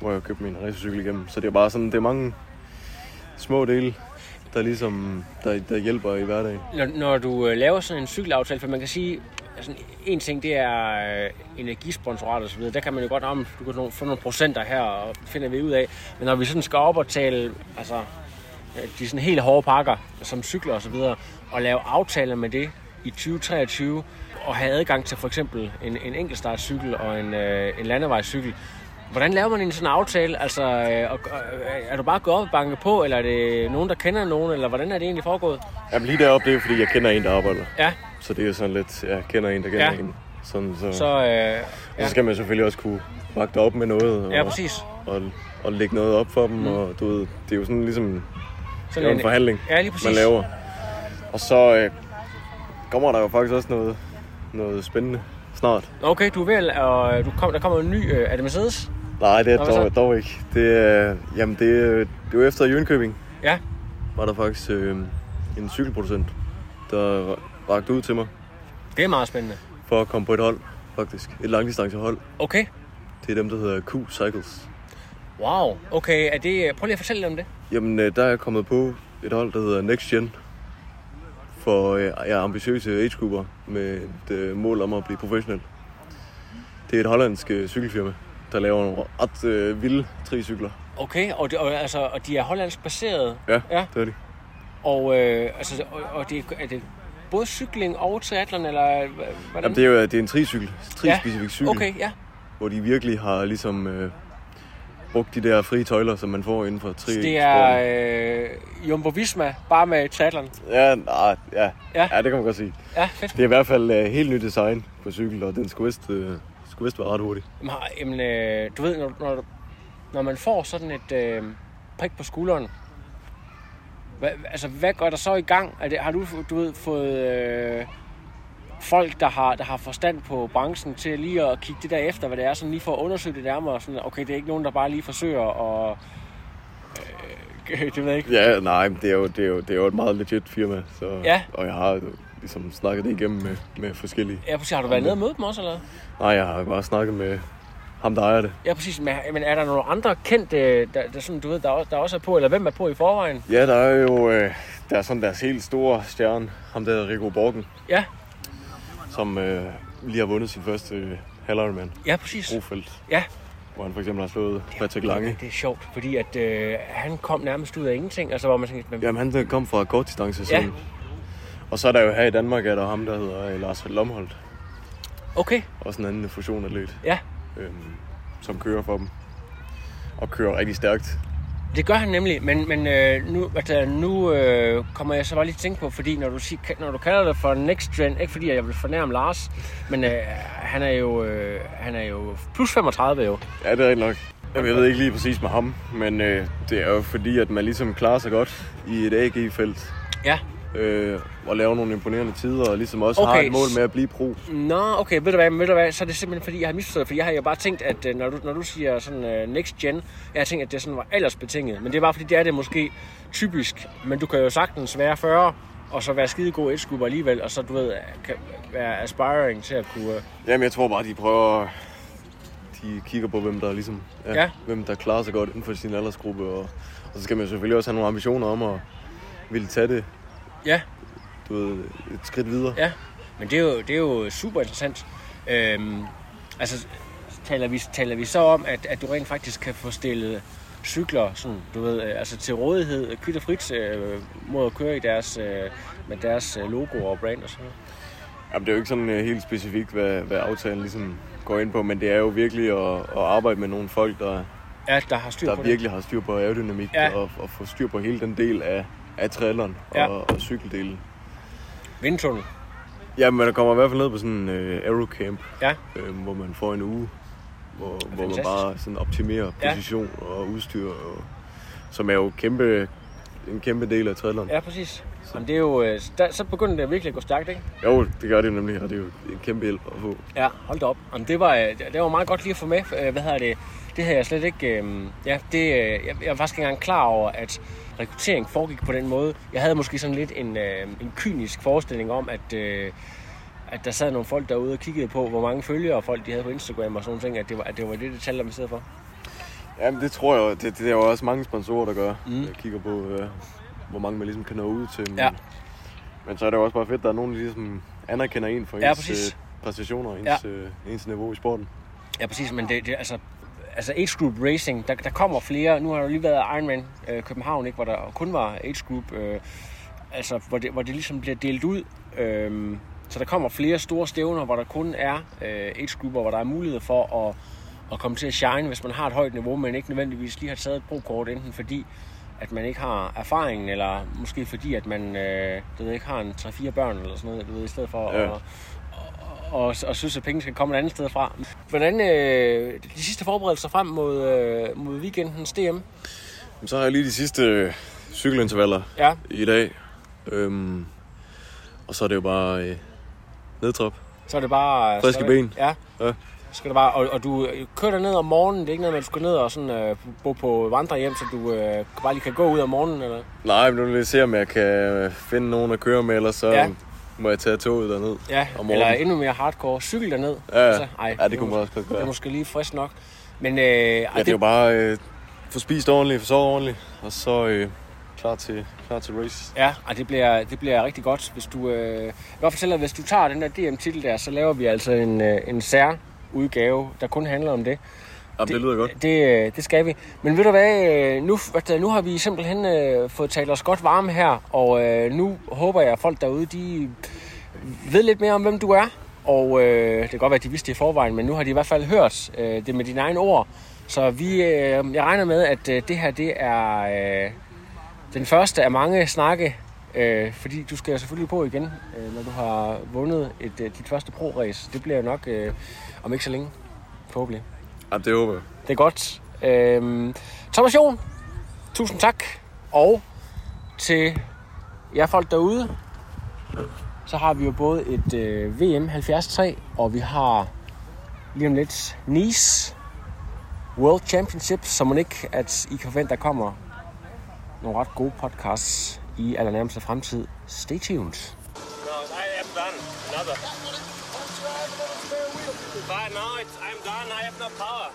hvor jeg købte min racercykel igennem. Så det er bare sådan, det er mange små dele, der ligesom, der, der hjælper i hverdagen. Når, når du øh, laver sådan en cykelaftale, for man kan sige, altså, en ting det er øh, energisponsorat og så videre, der kan man jo godt om, du kan no- få nogle procenter her, og det finder vi ud af. Men når vi sådan skal op og tale, altså øh, de sådan helt hårde pakker, som cykler og så videre, og lave aftaler med det i 2023, og have adgang til for eksempel en, en enkeltstartcykel og en, øh, en landevejscykel, Hvordan laver man en sådan aftale? Altså, øh, og, øh, er du bare gået op og banket på, eller er det nogen, der kender nogen, eller hvordan er det egentlig foregået? Jamen lige deroppe, det er jo, fordi jeg kender en, der arbejder. Ja, Så det er sådan lidt, jeg kender en, der kender Ja. en. Sådan, så, Så, øh, og ja. så skal man selvfølgelig også kunne magte op med noget. Og, ja, præcis. Og, og lægge noget op for dem, mm. og du ved, det er jo sådan ligesom Det er jo en forhandling, Ja, lige præcis. man laver. Og så øh, kommer der jo faktisk også noget, noget spændende snart. Okay, du er vel, og du kom, der kommer en ny, øh, er det Mercedes? Nej, det er Nå, hvad dog, så? dog ikke. Det er, jamen, det, er, det er jo efter Jønkøbing, Ja, var der faktisk øh, en cykelproducent, der rakte ud til mig det er meget spændende. for at komme på et hold, faktisk. Et langdistancehold. Okay, Det er dem, der hedder Q Cycles. wow. Okay, er det, øh, prøv lige at fortælle om det. Jamen, øh, der er jeg kommet på et hold, der hedder Next Gen. For øh, jeg er ambitiøse age grupper med et øh, mål om at blive professionel. Det er et hollandsk øh, cykelfirma, der laver nogle ret øh, vilde tricykler. Okay, og, det, og, altså, og de er hollandsk baseret, Ja, Ja. ja, det er de. og, øh, altså, og, og det, er det både cykling og triathlon, eller øh, hva- hvordan? Jamen, det er jo det er en tricykel, trispecifik cykel, Okay, ja. hvor de virkelig har ligesom øh, brugt de der frie tøjler, som man får inden for tri Så det er øh, Jumbo Visma, bare med triathlon. Ja, nej, ja, Ja. ja. ja, det kan man godt sige. Ja, fedt. Det er i hvert fald øh, helt nyt design på cykel, og den skulle vist, øh, skulle vist være ret hurtig. Jamen, har- Jamen, øh, du ved, når, når, når man får sådan et øh, prik på skulderen, hvad, altså, hvad går der så i gang? Er det, har du, du ved, fået øh, folk, der har, der har forstand på branchen, til lige at kigge det der efter, hvad det er, sådan lige for at undersøge det nærmere? Sådan, okay, det er ikke nogen, der bare lige forsøger at... Øh, [laughs] det ved jeg ikke. Ja, nej, men det er jo, det er jo, det er jo et meget legit firma, så, Ja. og jeg har jo ligesom snakket det igennem med, med forskellige. Ja, præcis. Har du været nede og møde dem også, eller? Nej, jeg har bare snakket med ham, der ejer det. Ja, præcis. Men, men er der nogle andre kendte, der, der, sådan, du ved, der, også- der også er på, eller hvem er på i forvejen? Ja, der er jo øh, der er sådan deres helt store stjerne, ham der hedder Rico Borgen, Ja, som øh, lige har vundet sin første øh, halvøjemand, ja, præcis. Brofeldt, Ja, hvor han for eksempel har slået Patrick Lange. øh, Det er sjovt, fordi at, øh, han kom nærmest ud af ingenting, altså hvor man tænkte, hvem, Jamen, han der kom fra kort distance Ja. ja. Og så er der jo her i Danmark, er der ham, der hedder øh, Lars Lomholdt, okay, også en anden fusionatlet, ja, øhm, som kører for dem. Og kører rigtig stærkt. det gør han nemlig, men, men øh, nu, altså, nu øh, kommer jeg så bare lige til at tænke på, fordi når du, siger, når du kalder det for Next Gen, ikke fordi at jeg vil fornærme Lars, men øh, han, er jo, øh, han er jo plus 35 jo. Ja, det er rigtigt nok. Jamen, jeg ved ikke lige præcis med ham, men øh, det er jo fordi, at man ligesom klarer sig godt i et AG-felt. Ja, Øh, og laver nogle imponerende tider, og ligesom også okay. har Okay, et mål s- med at blive pro. Nå, okay, ved du hvad, ved du hvad, så er det simpelthen fordi, jeg har misforstået, fordi jeg har jo bare tænkt, at øh, når du, når du siger sådan øh, next gen, jeg har tænkt, at det sådan var aldersbetinget, men det er bare fordi, det er det måske typisk, men du kan jo sagtens være 40, og så være skidegod edskubber alligevel, og så du ved, kan være aspiring til at kunne... Øh, Jamen, jeg tror bare, de prøver... de kigger på, hvem der, ligesom, Ja. hvem der klarer sig godt inden for sin aldersgruppe. Og, og så skal man jo selvfølgelig også have nogle ambitioner om at ville tage det Ja, du ved, et skridt videre. ja. Men det er jo, det er jo super interessant. Øhm, altså, taler vi, taler vi så om, at, at du rent faktisk kan få stillet cykler sådan, du ved, øh, altså til rådighed, øh, kvit og frit, øh, mod at køre i deres, øh, med deres øh, logo og brand og sådan noget. Jamen, det er jo ikke sådan øh, helt specifikt, hvad, hvad aftalen ligesom går ind på, men det er jo virkelig at, at arbejde med nogle folk, der, Ja, der har styr der på virkelig har styr på aerodynamik Ja. ja. og, og får styr på hele den del af, af traileren Ja. ja. og, og cykeldelen. det. Vindtunnel. Ja, men der kommer i hvert fald ned på sådan en øh, aerocamp, Ja, øh, hvor man får en uge, hvor, hvor man fantastisk. bare sådan optimerer Ja. position ja. og udstyr, og, som er jo kæmpe, en kæmpe del af traileren. Ja. ja præcis. Jamen, det er jo, øh, der, så begynder det virkelig at gå stærkt, ikke? Jo, det gør det jo nemlig, og det er jo en kæmpe hjælp at få. Ja, hold da op. Jamen, det, var, øh, det var meget godt lige at få med. Øh, Hvad hedder det? Det havde jeg slet ikke... Øh, ja, det, øh, jeg, jeg var faktisk ikke engang klar over, at rekruttering foregik på den måde. Jeg havde måske sådan lidt en, øh, en kynisk forestilling om, at, øh, at der sad nogle folk derude og kiggede på, hvor mange følgere folk de havde på Instagram og sådan nogle ting, at det var, at det, var det, det tal, der man sidder for. Jamen det tror jeg, det, det er jo også mange sponsorer, der gør. Mm. Jeg kigger på, øh, hvor mange man ligesom kan nå ud til. Men, Ja. men så er det jo også bare fedt, at der er nogen, der ligesom anerkender en for Ja, ens præcis. øh, præstationer og ens, ja. øh, ens niveau i sporten. Ja, præcis, men det, det altså, altså age group racing, der, der kommer flere. Nu har der jo lige været Ironman øh, København, ikke, hvor der kun var age group, øh, altså, hvor, det, hvor det ligesom bliver delt ud. Øh, så der kommer flere store stævner, hvor der kun er øh, age grupper, hvor der er mulighed for at, at komme til at shine, hvis man har et højt niveau, men ikke nødvendigvis lige har taget et brokort, enten fordi at man ikke har erfaringen, eller måske fordi, at man øh, du ved, ikke har en 3-4 børn, eller sådan noget, du ved, i stedet for Ja. at, og, og synes, at pengene skal komme et andet sted fra. Hvordan øh, de sidste forberedelser frem mod, øh, mod weekendens DM? Men så har jeg lige de sidste øh, cykelintervaller Ja, i dag. Øhm, og så er det jo bare øh, nedtrop. så er det bare... øh, Friske så er det- ben. Ja. Ja. Så Skal det bare, og, og du øh, kører derned om morgenen, det er ikke noget med, at du skal ned og sådan, øh, bo på vandrehjem, så du øh, bare lige kan gå ud om morgenen? Eller? Nej, men nu vil jeg se, om jeg kan øh, finde nogen at køre med, ellers så Ja. ja. må jeg tage toget derned Ja, om eller morgenen. endnu mere hardcore. Cykel derned? Ja, ja, det er kunne man mås- også godt gøre. Altså, Det er måske lige frisk nok. Men øh, ja, Ja, det er jo bare øh, få spist ordentligt, få sovet ordentligt, og så øh, klar, til, klar til race. Ja, og det bliver, det bliver rigtig godt. Hvis du, øh, jeg kan godt fortælle, at hvis du tager den der DM-titel der, så laver vi altså en, øh, en sær udgave, der kun handler om det. Jamen, det, det lyder godt. Det, øh, det skal vi. Men ved du hvad, øh, nu, hvad der- nu har vi simpelthen øh, fået talt os godt varme her, og øh, nu håber jeg, at folk derude, de ved lidt mere om, hvem du er. Og øh, det kan godt være, at de vidste det i forvejen, men nu har de i hvert fald hørt øh, det med dine egne ord. Så vi, øh, jeg regner med, at øh, det her det er øh, den første af mange snakke, øh, fordi du skal selvfølgelig på igen, øh, når du har vundet et, øh, dit første pro-race. Det bliver jo nok øh, om ikke så længe, forhåbentlig. Jamen, det håber jeg. Det er godt. Øhm, Thomas Jon, tusind tak. Og til jer folk derude, så har vi jo både et øh, VM 73, og vi har lige om lidt Nice World Championship, som man ikke, at I kan forvente, der kommer nogle ret gode podcasts i allernærmeste fremtid. Stay tuned. No, I am done. Another. But no, it's, I'm done. I have no power.